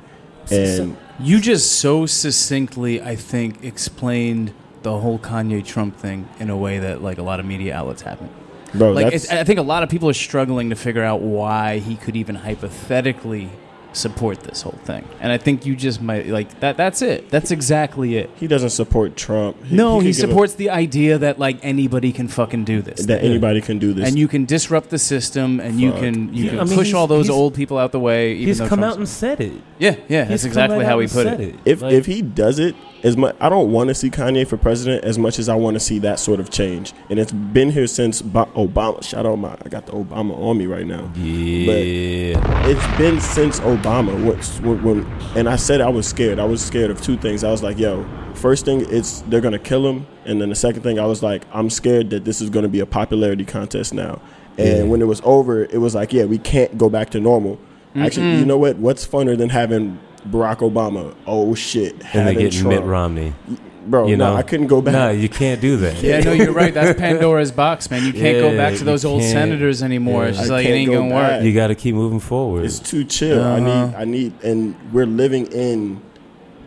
S4: and
S2: You just so succinctly, I think, explained the whole Kanye Trump thing in a way that like a lot of media outlets haven't.
S4: bro,
S2: like,
S4: that's
S2: it's, I think a lot of people are struggling to figure out why he could even hypothetically support this whole thing. And I think you just might like that. That's it. That's exactly it.
S4: he doesn't support Trump.
S2: No,
S4: could
S2: he,
S4: give a-
S2: supports the idea that like anybody can fucking do this.
S4: that
S2: thing.
S4: anybody can do this.
S2: and you can disrupt the system, and you
S4: Fuck.
S2: can you
S3: Yeah,
S2: can
S3: I mean,
S2: push
S3: he's-
S2: all those
S3: he's-
S2: old people out the way. Even
S3: He's
S2: though
S3: come
S2: Trump's-
S3: out and said it.
S2: yeah, yeah, that's
S3: He's come
S2: exactly
S3: right
S2: how
S3: out
S2: he
S3: and
S2: put
S3: said
S2: it.
S4: if
S3: Like,
S4: if he does it as much i don't want to see kanye for president as much as i want to see that sort of change and it's been here since Bo- obama shout out my i got the obama on me right now
S3: yeah,
S4: it's been since obama what's when, when and i said i was scared i was scared of two things i was like yo first thing it's they're gonna kill him and then the second thing i was like i'm scared that this is gonna be a popularity contest now and
S3: Yeah.
S4: when it was over it was like yeah we can't go back to normal actually you know what what's funner than having barack obama oh shit
S3: and they
S4: having
S3: get Mitt
S4: Trump
S3: Romney.
S4: bro.
S3: You
S4: no,
S3: know,
S4: I couldn't go back.
S3: No, you can't
S4: <laughs>
S3: do that.
S2: Yeah, no, you're right.
S3: <laughs>
S2: That's Pandora's box, man. You can't go
S3: Yeah,
S2: back to
S3: you
S2: those old
S3: can't.
S2: senators anymore. It's
S3: Yeah.
S2: just
S4: I
S2: like it
S4: can't
S2: ain't
S4: go
S2: gonna
S4: back.
S2: work.
S3: You got to keep moving forward.
S4: it's too chill. I need, I need, and we're living in,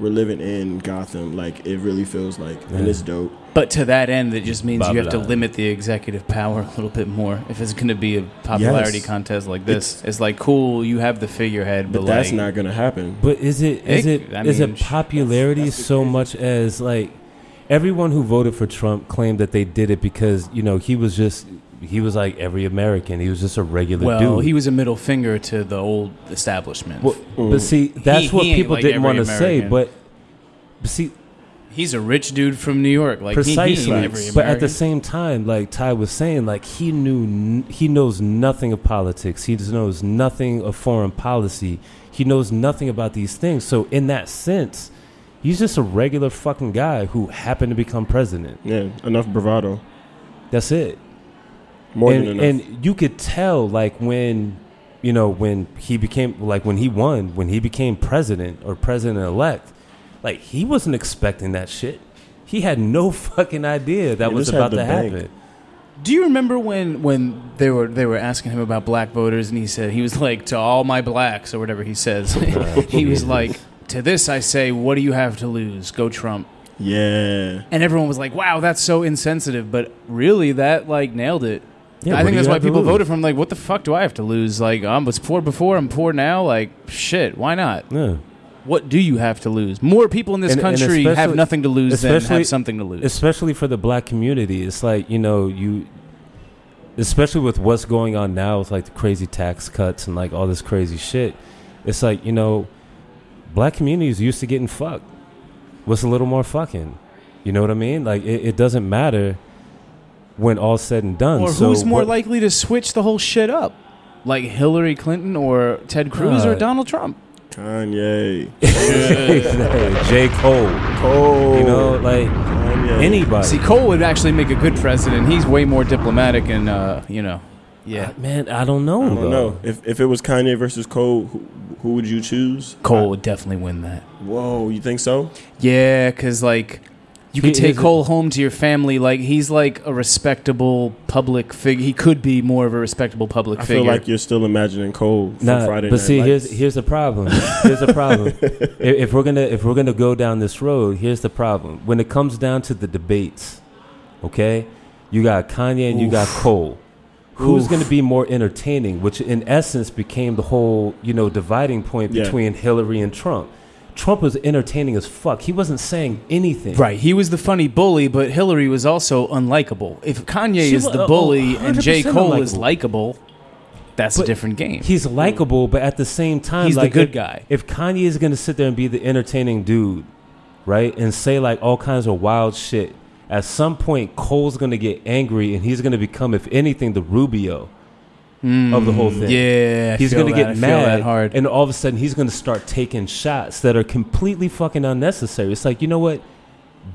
S4: we're living in Gotham. Like it really feels like, and it's dope.
S2: But to that end, that just means you have to
S3: Babylon.
S2: limit the executive power a little bit more. If it's going to be a popularity
S4: Yes.
S2: contest like this, it's, like cool. You have the figurehead, but,
S4: But that's
S2: like,
S4: not gonna happen.
S3: But is it is
S2: It-
S3: it
S2: I
S3: is
S2: mean,
S3: it
S2: sh-
S3: popularity so much as like everyone who voted for Trump claimed that they did it because you know he was just he was like every American he was just a regular
S2: Well,
S3: dude.
S2: he was a middle finger to the old establishment.
S3: Well, but see that's
S2: Mm. He-
S3: what
S2: he ain't
S3: people
S2: like
S3: didn't
S2: every
S3: want to say.
S2: American.
S3: But but see
S2: He's a rich dude from New York. Like he- he ain't
S3: precisely.
S2: every
S3: but at
S2: American.
S3: the same time, like Ty was saying, like he knew n- he knows nothing of politics. He just knows nothing of foreign policy. He knows nothing about these things. So in that sense, he's just a regular fucking guy who happened to become president.
S4: Yeah, enough bravado.
S3: That's it.
S4: More
S3: and,
S4: than enough.
S3: and you could tell, like when you know when he became like when he won, when he became president or president elect, like he wasn't expecting that shit. He had no <laughs> fucking idea that
S4: He
S3: was
S4: just had
S3: about
S4: the
S3: to
S4: bank.
S3: happen.
S2: Do you remember when when they were they were asking him about black voters and he said he was like to all my blacks or whatever he says. <laughs> he was like to this I say what do you have to lose? Go Trump.
S4: yeah,
S2: And everyone was like, "Wow, that's so insensitive." But really that like nailed it.
S3: Yeah,
S2: I
S3: what
S2: think
S3: do
S2: that's
S3: you
S2: why
S3: have to
S2: people
S3: lose?
S2: voted for him like what the fuck do I have to lose? Like I was poor before, I'm poor now, like shit, why not?
S3: Yeah.
S2: What do you have to lose? More people in this
S3: And- and
S2: country have
S3: especially-
S2: nothing to lose than
S3: especially-
S2: have something to lose.
S3: especially for the black community it's like you know you especially with what's going on now with like the crazy tax cuts and like all this crazy shit it's like you know black communities used to getting fucked what's a little more fucking you know what i mean like it, it doesn't matter when all said and done
S2: Or
S3: So
S2: who's more
S3: what-
S2: likely to switch the whole shit up? Like Hillary Clinton or Ted Cruz or
S3: Uh,
S2: Donald Trump?
S3: <laughs>
S4: Kanye.
S3: <laughs> j cole
S4: Cole.
S3: you know like
S4: Kanye.
S3: anybody
S2: See, Cole would actually make a good president. He's way more diplomatic and, uh, you know. Uh, Yeah.
S3: man i don't know
S4: I don't
S3: though.
S4: know. If if it was Kanye versus Cole, who, who would you choose?
S2: Cole would definitely win that.
S4: Whoa, you think so?
S2: Yeah, because, like, you could
S3: He
S2: take
S3: is a-
S2: Cole home to your family. Like, he's like a respectable public figure. He could be more of a respectable public
S4: I
S2: figure.
S4: feel like you're still imagining Cole from
S3: Nah,
S4: Friday
S3: but
S4: Night
S3: see,
S4: Lights.
S3: here's here's the problem. Here's the
S4: <laughs>
S3: problem. if, if we're gonna if we're gonna go down this road, here's the problem. When it comes down to the debates, okay, you got Kanye and you got Cole. Who's going to be more entertaining? Which, in essence, became the whole you know dividing point
S4: Yeah.
S3: between Hillary and Trump. Trump was entertaining as fuck. He wasn't saying anything.
S2: Right, he was the funny bully, but Hillary was also unlikable. If Kanye
S3: She
S2: is
S3: wa-
S2: the
S3: oh,
S2: bully and J.
S3: 100%
S2: Cole is
S3: unlikable.
S2: likable, that's a
S3: But
S2: different game.
S3: He's likable, but at the same time,
S2: Mm. He's the
S3: like,
S2: good
S3: if-
S2: guy.
S3: If Kanye is gonna sit there and be the entertaining dude, right, and say like all kinds of wild shit, at some point Cole's gonna get angry and he's gonna become, if anything, the Rubio of the whole thing.
S2: Yeah, I
S3: he's
S2: feel
S3: gonna
S2: that. I
S3: get
S2: feel
S3: mad
S2: that hard.
S3: and all of a sudden he's gonna start taking shots that are completely fucking unnecessary. It's like you know what?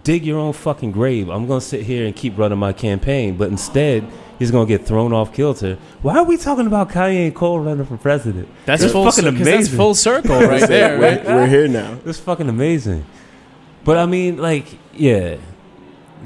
S3: Dig your own fucking grave. I'm gonna sit here and keep running my campaign, but instead He's gonna get thrown off kilter. Why are we talking about Kanye and Cole running for president?
S2: That's
S3: It's
S2: full
S3: fucking
S2: cir- 'cause That's
S3: amazing.
S2: full circle
S3: <laughs>
S2: right there,
S4: we're,
S2: right?
S4: we're here now.
S3: It's fucking amazing. But I mean, like, yeah.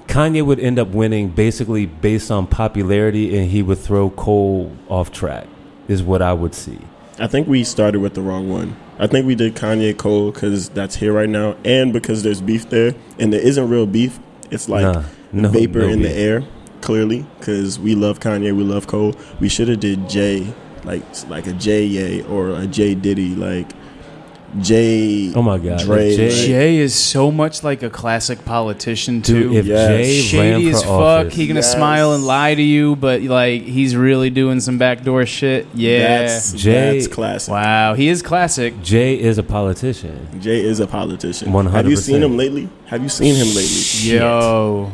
S3: Kanye would end up winning basically based on popularity, and he would throw Cole off track, is what I would see.
S4: I think we started with the wrong one. I think we did Kanye Cole because that's here right now, and because there's beef there, and there isn't real beef. It's like
S3: Nah, no-
S4: vapor
S3: no
S4: in
S3: beef.
S4: the air, clearly, because we love Kanye, we love Cole. We should have did Jay, like like a Jay Ye or a Jay Diddy, like Jay.
S3: Oh my God, if
S4: Dre.
S3: Jay-
S2: Jay is so much like a classic politician too.
S3: Dude, if
S4: Yes.
S3: Jay ran
S2: Shady
S3: for
S2: as fuck.
S3: office,
S2: He gonna
S4: Yes.
S2: smile and lie to you, but like he's really doing some backdoor shit. Yeah.
S4: that's,
S3: Jay-
S4: that's classic.
S2: wow, he is classic.
S3: Jay is a politician.
S4: Jay is a politician.
S3: 100%.
S4: Have you seen him lately? Have you seen him lately?
S2: Yo,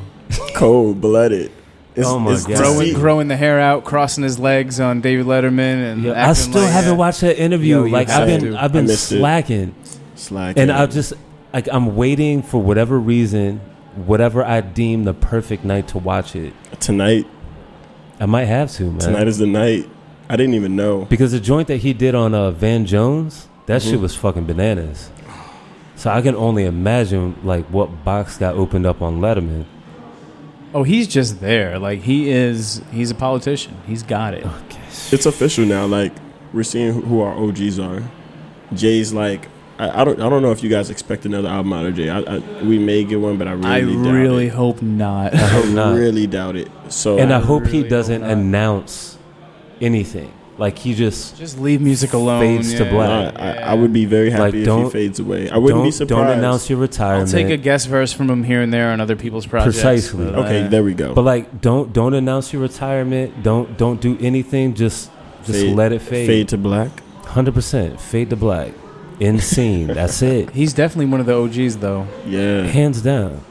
S4: Cold blooded. It's,
S3: Oh my
S4: it's
S3: God.
S2: growing,
S4: Growing,
S2: growing the hair out, crossing his legs on David Letterman, and
S3: Yeah, I
S2: acting
S3: still
S2: like-
S3: haven't watched that interview.
S2: Yo, you
S3: like I've
S4: have
S3: been,
S2: to.
S3: I've
S4: I
S3: been
S4: missed it.
S3: slacking,
S4: Slack.
S3: and I've just like I'm waiting for whatever reason, whatever I deem the perfect night to watch it.
S4: tonight.
S3: I might have to, man.
S4: Tonight is the night. I didn't even know.
S3: Because the joint that he did on uh, Van Jones, that shit was fucking bananas. So I can only imagine like what box got opened up on Letterman.
S2: Oh, he's just there. Like he is. He's a politician. He's got it.
S3: Oh,
S4: It's official now. Like we're seeing who- who our OGs are. Jay's like I, I don't I don't know if you guys expect another album out of Jay. I, I, we may get one, but I really
S2: I
S4: doubt
S2: really
S4: it.
S2: hope not. <laughs>
S3: I hope
S4: I
S3: not.
S4: really doubt it. So
S3: and I,
S2: I
S3: hope
S2: really
S3: he
S2: hope
S3: doesn't
S2: not.
S3: announce anything. Like he just
S2: Just leave music alone.
S3: Fades to
S2: yeah.
S3: black.
S4: I, I, I would be very
S3: Like,
S4: happy if
S3: don't-
S4: he fades away. I wouldn't
S3: don't,
S4: be
S3: don't
S4: surprised.
S3: announce your
S2: I'll
S3: retirement.
S2: take a guest verse from him here and there on other people's projects.
S3: Precisely.
S2: but, uh,
S4: okay, there we go.
S3: but like don't don't announce your retirement. Don't don't do anything. Just just
S4: Fade-
S3: let it
S4: Fade
S3: fade.
S4: to black.
S3: Hundred percent. Fade to black. In scene.
S4: <laughs>
S3: That's it.
S2: He's definitely one of the OGs though.
S4: Yeah.
S3: Hands down.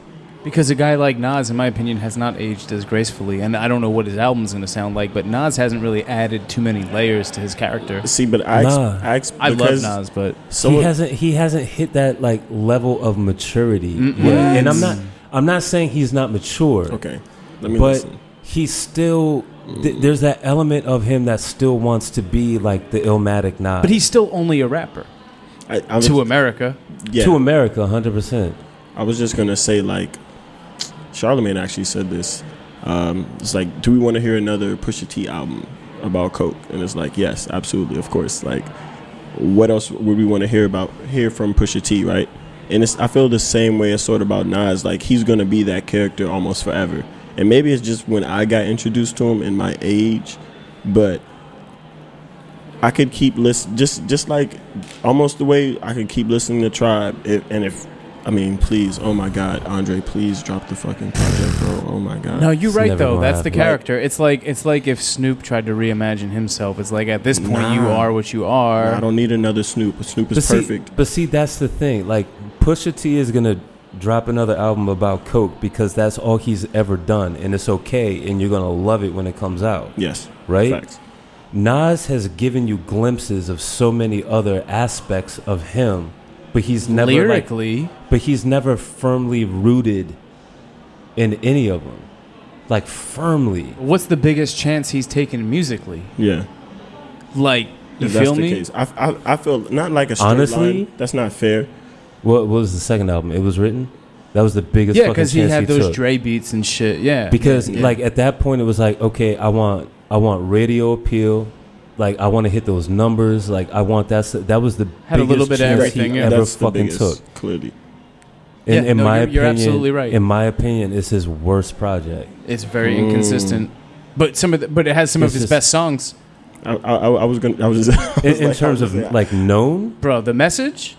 S2: Because a guy like Nas, in my opinion, has not aged as gracefully, and I don't know what his album's going to sound like, but Nas hasn't really added too many layers to his character.
S4: See, but I, ex-
S3: Nah.
S4: I, ex-
S2: I love
S4: because
S2: Nas, but
S4: Someone,
S3: he hasn't he hasn't hit that like level of maturity
S2: Mm-mm.
S3: yet. and i'm not i'm not saying he's not mature
S4: okay. Let me
S3: but
S4: listen.
S3: he's still th- there's that element of him that still wants to be like the illmatic Nas
S2: but he's still only a rapper
S4: I, I was,
S2: to America.
S4: yeah.
S3: to america 100%
S4: I was just gonna say like Charlemagne actually said this. Um, it's like, do we want to hear another Pusha T album about Coke? And it's like, yes, absolutely, of course. Like, what else would we want to hear about hear from Pusha T, right? And it's I feel the same way as sort of about Nas. Like he's gonna be that character almost forever. And maybe it's just when I got introduced to him in my age, but I could keep listen just just like almost the way I could keep listening to Tribe. If, and if I mean, please, oh my God, Andre, please drop the fucking project, bro. Oh my God.
S2: No, you're
S3: It's
S2: right
S3: never
S2: though.
S3: gonna
S2: That's the
S3: happen.
S2: character. It's like it's like if Snoop tried to reimagine himself. It's like at this point you
S4: Nah.
S2: are what you are.
S4: I don't need another Snoop. Snoop
S3: but
S4: is
S3: see,
S4: perfect.
S3: but see that's the thing like pusha t is gonna drop another album about coke because that's all he's ever done and it's okay and you're gonna love it when it comes out
S4: Yes.
S3: Right?
S4: Facts.
S3: Nas has given you glimpses of so many other aspects of him, but he's never like-
S2: Lyrically,
S3: but he's never firmly rooted in any of them, like firmly.
S2: what's the biggest chance he's taken musically?
S4: Yeah.
S2: Like, you
S4: If
S2: feel
S4: the
S2: me?
S4: case. I, I, I feel not like a straight
S3: Honestly?
S4: line. That's not fair.
S3: What, what was the second album? It was written. That was the biggest.
S2: Yeah, because
S3: because
S2: he had those
S3: took.
S2: Dre beats and shit. Yeah,
S3: because
S2: Yeah.
S3: like at that point it was like okay i want i want radio appeal like i want to hit those numbers like i want that's that was the
S2: Had a
S3: biggest
S2: little bit of
S3: chance
S2: everything,
S3: he
S2: yeah.
S3: ever
S4: That's the
S3: fucking
S4: biggest,
S3: took
S4: Clearly.
S3: in,
S2: Yeah,
S3: in
S2: no,
S3: my
S2: you're-
S3: opinion
S2: you're absolutely right.
S3: in my opinion it's his worst project
S2: It's very inconsistent. But some of the, but it has some
S3: Mm. It's
S2: of his
S3: just-
S2: best songs.
S4: I, I, I I was gonna. I was just. <laughs> I
S3: in,
S4: was
S3: in
S4: like, I
S3: terms
S4: was
S3: of
S4: just
S3: like known
S2: Bro, the message?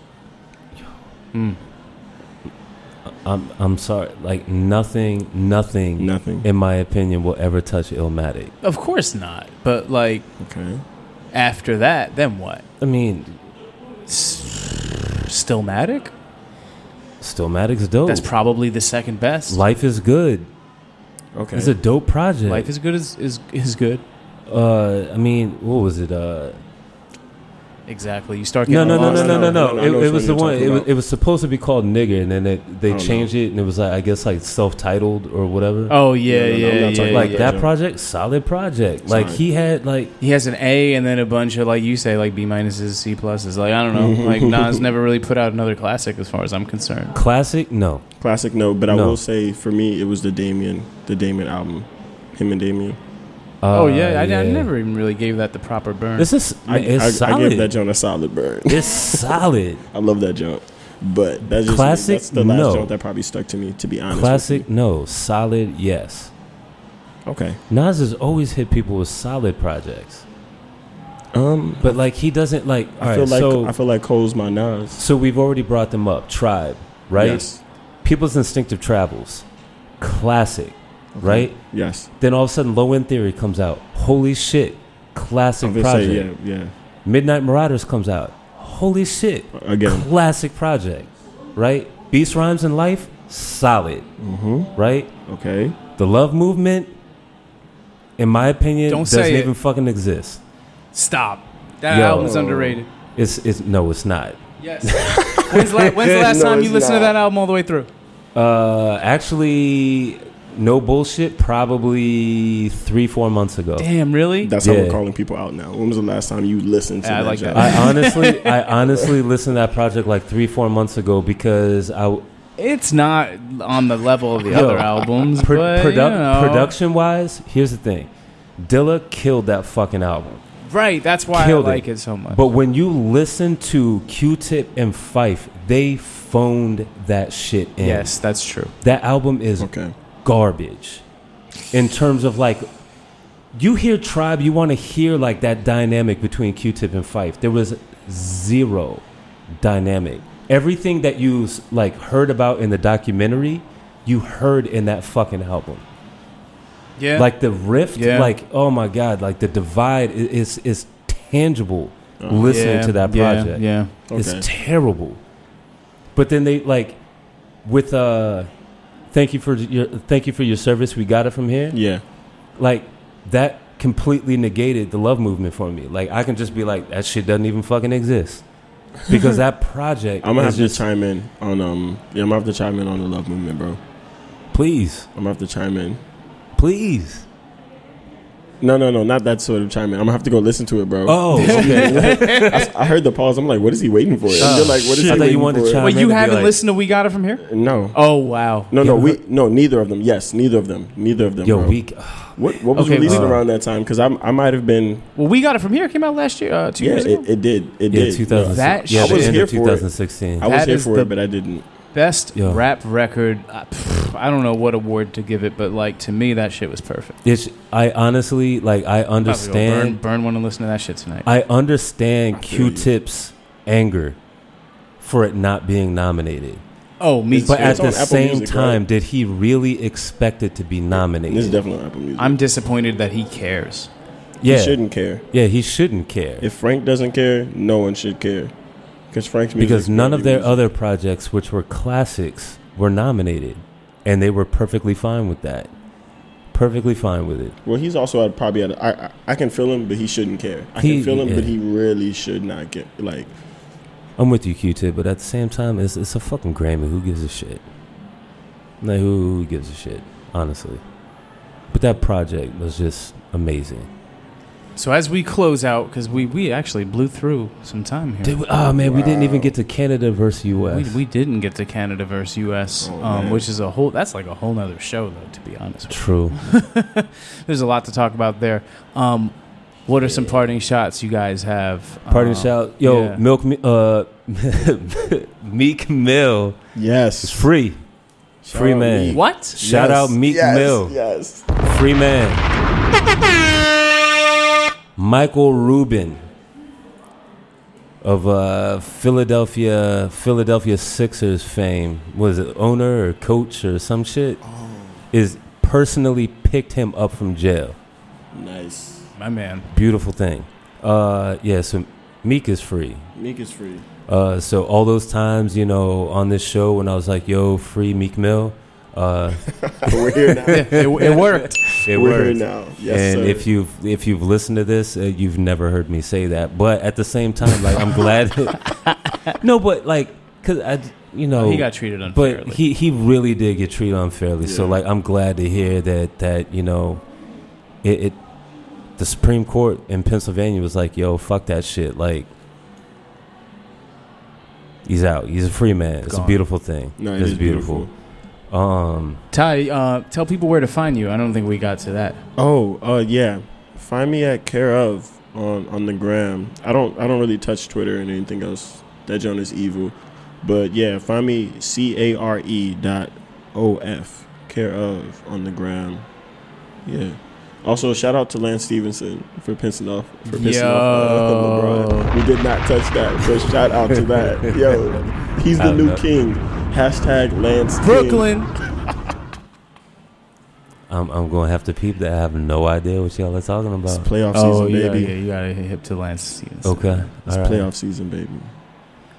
S3: i'm i'm sorry like nothing nothing
S4: Nothing.
S3: in my opinion will ever touch illmatic
S2: Of course not. But like
S4: Okay.
S2: after that, then what?
S3: i mean
S2: Stillmatic?
S3: stillmatic's dope
S2: That's probably the second best.
S3: life is good
S4: Okay.
S3: it's a dope project
S2: Life is good is is, is good.
S3: uh i mean what was it uh
S2: exactly. You start
S3: No,
S2: getting
S3: no, no,
S2: lost.
S3: no, no, no,
S4: No, no, I know
S3: no. It,
S4: which
S3: it was
S4: one
S3: the
S4: you're
S3: one.
S4: talking
S3: It was,
S4: about.
S3: it was supposed to be called nigger, and then it, they
S4: don't
S3: changed it, and it was like I guess like self-titled or whatever.
S2: Oh yeah,
S4: No, no, no,
S2: yeah,
S4: I'm not
S2: yeah,
S4: talking
S3: like
S2: yeah.
S3: that
S4: yeah.
S3: project, solid project. Like
S4: Sorry.
S3: he had like
S2: He has an A and then a bunch of like you say like B minuses, C pluses. Like I don't know.
S3: <laughs>
S2: Like Nas never really put out another classic as far as I'm concerned.
S3: classic. No,
S4: Classic, no. But I
S3: No.
S4: will say, for me, it was the Damien, the Damien album, him and Damien.
S2: Oh
S3: Uh,
S2: yeah, I, I never even really gave that the proper burn.
S3: This is
S4: I,
S3: it's
S4: I, I
S3: solid.
S4: give that joint a solid burn.
S3: it's
S4: <laughs>
S3: solid.
S4: I love that joint, but that's just me.
S3: Classic,
S4: That's the last
S3: no.
S4: joint that probably stuck to me. To be honest, with
S3: Classic. No, solid. Yes.
S4: you. Okay.
S3: Nas has always hit people with solid projects,
S4: Um,
S3: but like he doesn't like.
S4: I
S3: all
S4: feel
S3: right,
S4: like
S3: so
S4: I feel like Cole's my Nas.
S3: so we've already brought them up. Tribe, right?
S4: Yes.
S3: People's Instinctive Travels, classic, right?
S4: Yes.
S3: Then all of a sudden, Low End Theory comes out. Holy shit, classic
S4: I'm gonna
S3: project.
S4: say yeah, yeah.
S3: Midnight Marauders comes out. Holy shit,
S4: Again.
S3: classic project, right? Beast Rhymes and Life, solid,
S4: Mm-hmm.
S3: right?
S4: Okay.
S3: The Love Movement, in my opinion,
S2: Don't
S3: doesn't
S2: say it.
S3: even fucking exist.
S2: Stop. That
S3: Yo.
S2: album is underrated.
S3: It's it's no, it's not.
S2: Yes.
S3: <laughs>
S2: when's, la- when's the last
S4: No,
S2: time you
S4: it's
S2: listened to
S4: not.
S2: that album all the way through?
S3: Uh, actually, no bullshit. Probably three, four months ago.
S2: Damn, really?
S4: That's how
S3: Yeah.
S4: we're calling people out now. When was the last time you listened to
S2: Yeah, I
S4: that
S2: like
S4: joint?
S2: that.
S3: I honestly, I honestly listened to that project like three, four months ago because I
S2: It's not on the level of the
S3: Yo,
S2: other albums.
S3: pro-
S2: but, you know.
S3: production wise. Here's the thing, Dilla killed that fucking album.
S2: Right. That's why I
S3: Killed it.
S2: like it. so much.
S3: But when you listen to Q-Tip and Fife, they phoned that shit in.
S2: yes, that's true.
S3: that album is
S4: Okay.
S3: garbage in terms of like you hear tribe you want to hear like that dynamic between q-tip and fife there was zero dynamic everything that you s- like heard about in the documentary you heard in that fucking album
S2: Yeah.
S3: like the rift
S2: Yeah.
S3: like oh my god like the divide i- is is tangible listening
S2: Uh-huh. Yeah,
S3: to that
S2: yeah,
S3: project
S2: Yeah.
S4: Okay.
S3: it's terrible. But then they like with uh thank you for your thank you for your service. We got it from here.
S4: Yeah.
S3: Like that completely negated the love movement for me. Like I can just be like that shit doesn't even fucking exist. Because
S4: <laughs>
S3: that project
S4: I'm gonna have
S3: is
S4: to
S3: just
S4: chime in on um. Yeah, I'm gonna have to chime in on the love movement, bro.
S3: please.
S4: I'm gonna have to chime in.
S3: Please.
S4: No, no, no, not that sort of chime in. I'm gonna have to go listen to it, bro. <laughs>
S3: Oh, okay. Oh.
S4: I, I heard the pause. I'm like, what is he waiting for? And you're like, what is
S3: shit.
S4: he
S3: I thought
S4: waiting
S3: you wanted
S4: for?
S3: to chime
S2: Wait,
S3: I'm
S2: you
S3: gonna be
S2: haven't
S3: like-
S2: listened to We Got It From Here?
S4: No,
S2: Oh wow.
S4: no, no.
S3: Yeah.
S4: We no, neither of them. Yes, neither of them. Neither of them.
S3: Yo,
S4: bro.
S3: week.
S4: What, what was
S2: Okay,
S4: released
S3: well-
S4: around that time? Because I I might have been.
S2: Well, We Got It From Here came out last year. Uh, two
S4: Yeah,
S2: years ago.
S4: it, it did. It
S3: Yeah,
S4: did.
S3: 2000.
S2: That
S3: yeah,
S2: shit- I
S3: the
S2: was
S3: end
S4: here
S3: of
S4: for it.
S3: 2016.
S4: I was
S2: That
S4: here
S2: is
S4: for
S2: the-
S4: it, but I didn't.
S2: Best
S3: Yo.
S2: rap record. I, pff, I don't know what award to give it, but like to me, that shit was perfect.
S3: It's, I honestly like
S2: Probably
S3: I
S2: gonna Burn,
S3: understand
S2: burn one and listen to that shit tonight.
S3: I
S4: I
S3: understand
S4: feel you.
S3: Q-Tip's anger for it not being nominated.
S2: oh, me
S3: But
S2: too.
S3: at
S4: It's on
S3: the
S4: Apple
S3: same
S4: Music, right?
S3: time, did he really expect it to be
S4: This is
S3: nominated?
S4: definitely on Apple Music.
S2: I'm disappointed that he cares.
S3: yeah,
S4: He shouldn't care.
S3: yeah, he shouldn't care
S4: If Frank doesn't care, no one should care. Because Frank's music
S3: because none of their
S4: music.
S3: other projects, which were classics, were nominated, and they were perfectly fine with that. Perfectly fine with it.
S4: Well, he's also at probably at. A, I, I I can feel him, but he shouldn't care. I
S3: He-
S4: can feel him,
S3: yeah.
S4: but he really should not get like.
S3: I'm with you, Q-Tip, but at the same time, it's it's a fucking Grammy. Who gives a shit? Like who, who gives a shit? Honestly, but that project was just amazing.
S2: So as we close out, because we, we actually blew through some time here.
S3: Did we, oh man, we didn't even get to Canada versus
S2: we,
S3: U.S.
S2: we didn't get to Canada versus U.S.,
S3: Oh,
S2: um, which is a whole that's like a whole nother show though. To be honest, with
S3: True.
S2: you. there's a lot to talk about there. Um, what are some parting shots you guys have?
S3: Pardon
S2: Um,
S3: shout. Yo,
S2: yeah.
S3: Milk Mi- uh <laughs> Meek Mill is
S4: Yes,
S3: free. free man.
S2: What?
S3: Shout out Meek
S4: yes,
S3: Mill.
S4: Yes.
S3: Free man. Michael Rubin of uh Philadelphia Philadelphia Sixers fame. Was it owner or coach or some shit?
S4: Oh.
S3: Is personally picked him up from jail.
S4: Nice.
S2: My man.
S3: Beautiful thing. Uh yeah, so Meek is free.
S4: Meek is <laughs> free.
S3: Uh, so all those times, you know, on this show when I was like, "Yo, free Meek Mill,"
S4: <laughs>
S3: Uh,
S4: We're here now.
S2: it, it worked.
S3: <laughs> it
S4: We're here
S3: worked.
S4: now. Yes,
S3: and
S4: sir.
S3: if you've if you've listened to this, uh, you've never heard me say that. But at the same time, like
S4: <laughs>
S3: I'm glad. <laughs> no, but like, cause I, you know,
S2: He got treated unfairly.
S3: Oh, but he he really did get treated unfairly. So
S4: Yeah.
S3: like, I'm glad to hear that that you know, it, it the Supreme Court in Pennsylvania was like, yo, fuck that shit. Like, he's out. He's a free man. It's a
S2: Gone.
S3: beautiful thing.
S4: no, it
S3: it's
S4: is
S3: beautiful. Um.
S2: Ty, uh, tell people where to find you. I don't think we got to that.
S4: Oh, uh, yeah. Find me at care of on on the gram. I don't I don't really touch Twitter and anything else. That John is evil. But yeah, find me C A R E dot O F care of on the gram. Yeah. Also, shout out to Lance Stevenson for pissing off for pissing off uh,
S2: Yo.
S4: LeBron. We did not touch that, so shout out to that. Yo, he's the
S3: I
S4: new
S3: know.
S4: king. Hashtag Lance King.
S2: Brooklyn.
S3: I'm, I'm gonna have to peep that. I have no idea what y'all are talking
S4: It's
S3: about.
S4: playoff
S2: Oh,
S4: season,
S2: you gotta,
S4: baby.
S2: yeah, you gotta hip to Lance Stevenson.
S3: Okay,
S4: It's
S3: all right.
S4: playoff season, baby.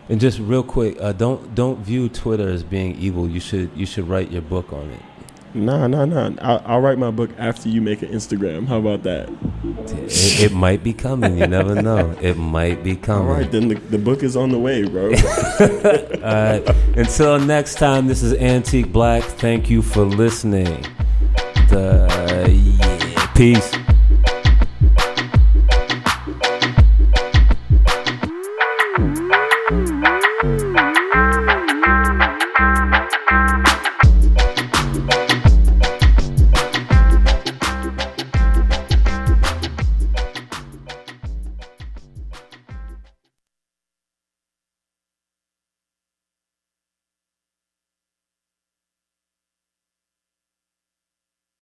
S3: And just real quick, uh, don't don't view Twitter as being evil. You should you should write your book on it.
S4: Nah, nah, nah. I'll, I'll write my book after you make an Instagram. How about that?
S3: It, it might be coming. You <laughs> never know. It might be
S4: All
S3: coming.
S4: right, then the, the book is on the way, bro. <laughs>
S3: All right. Until next time, this is Antique Black. Thank you for listening. The yeah. Peace.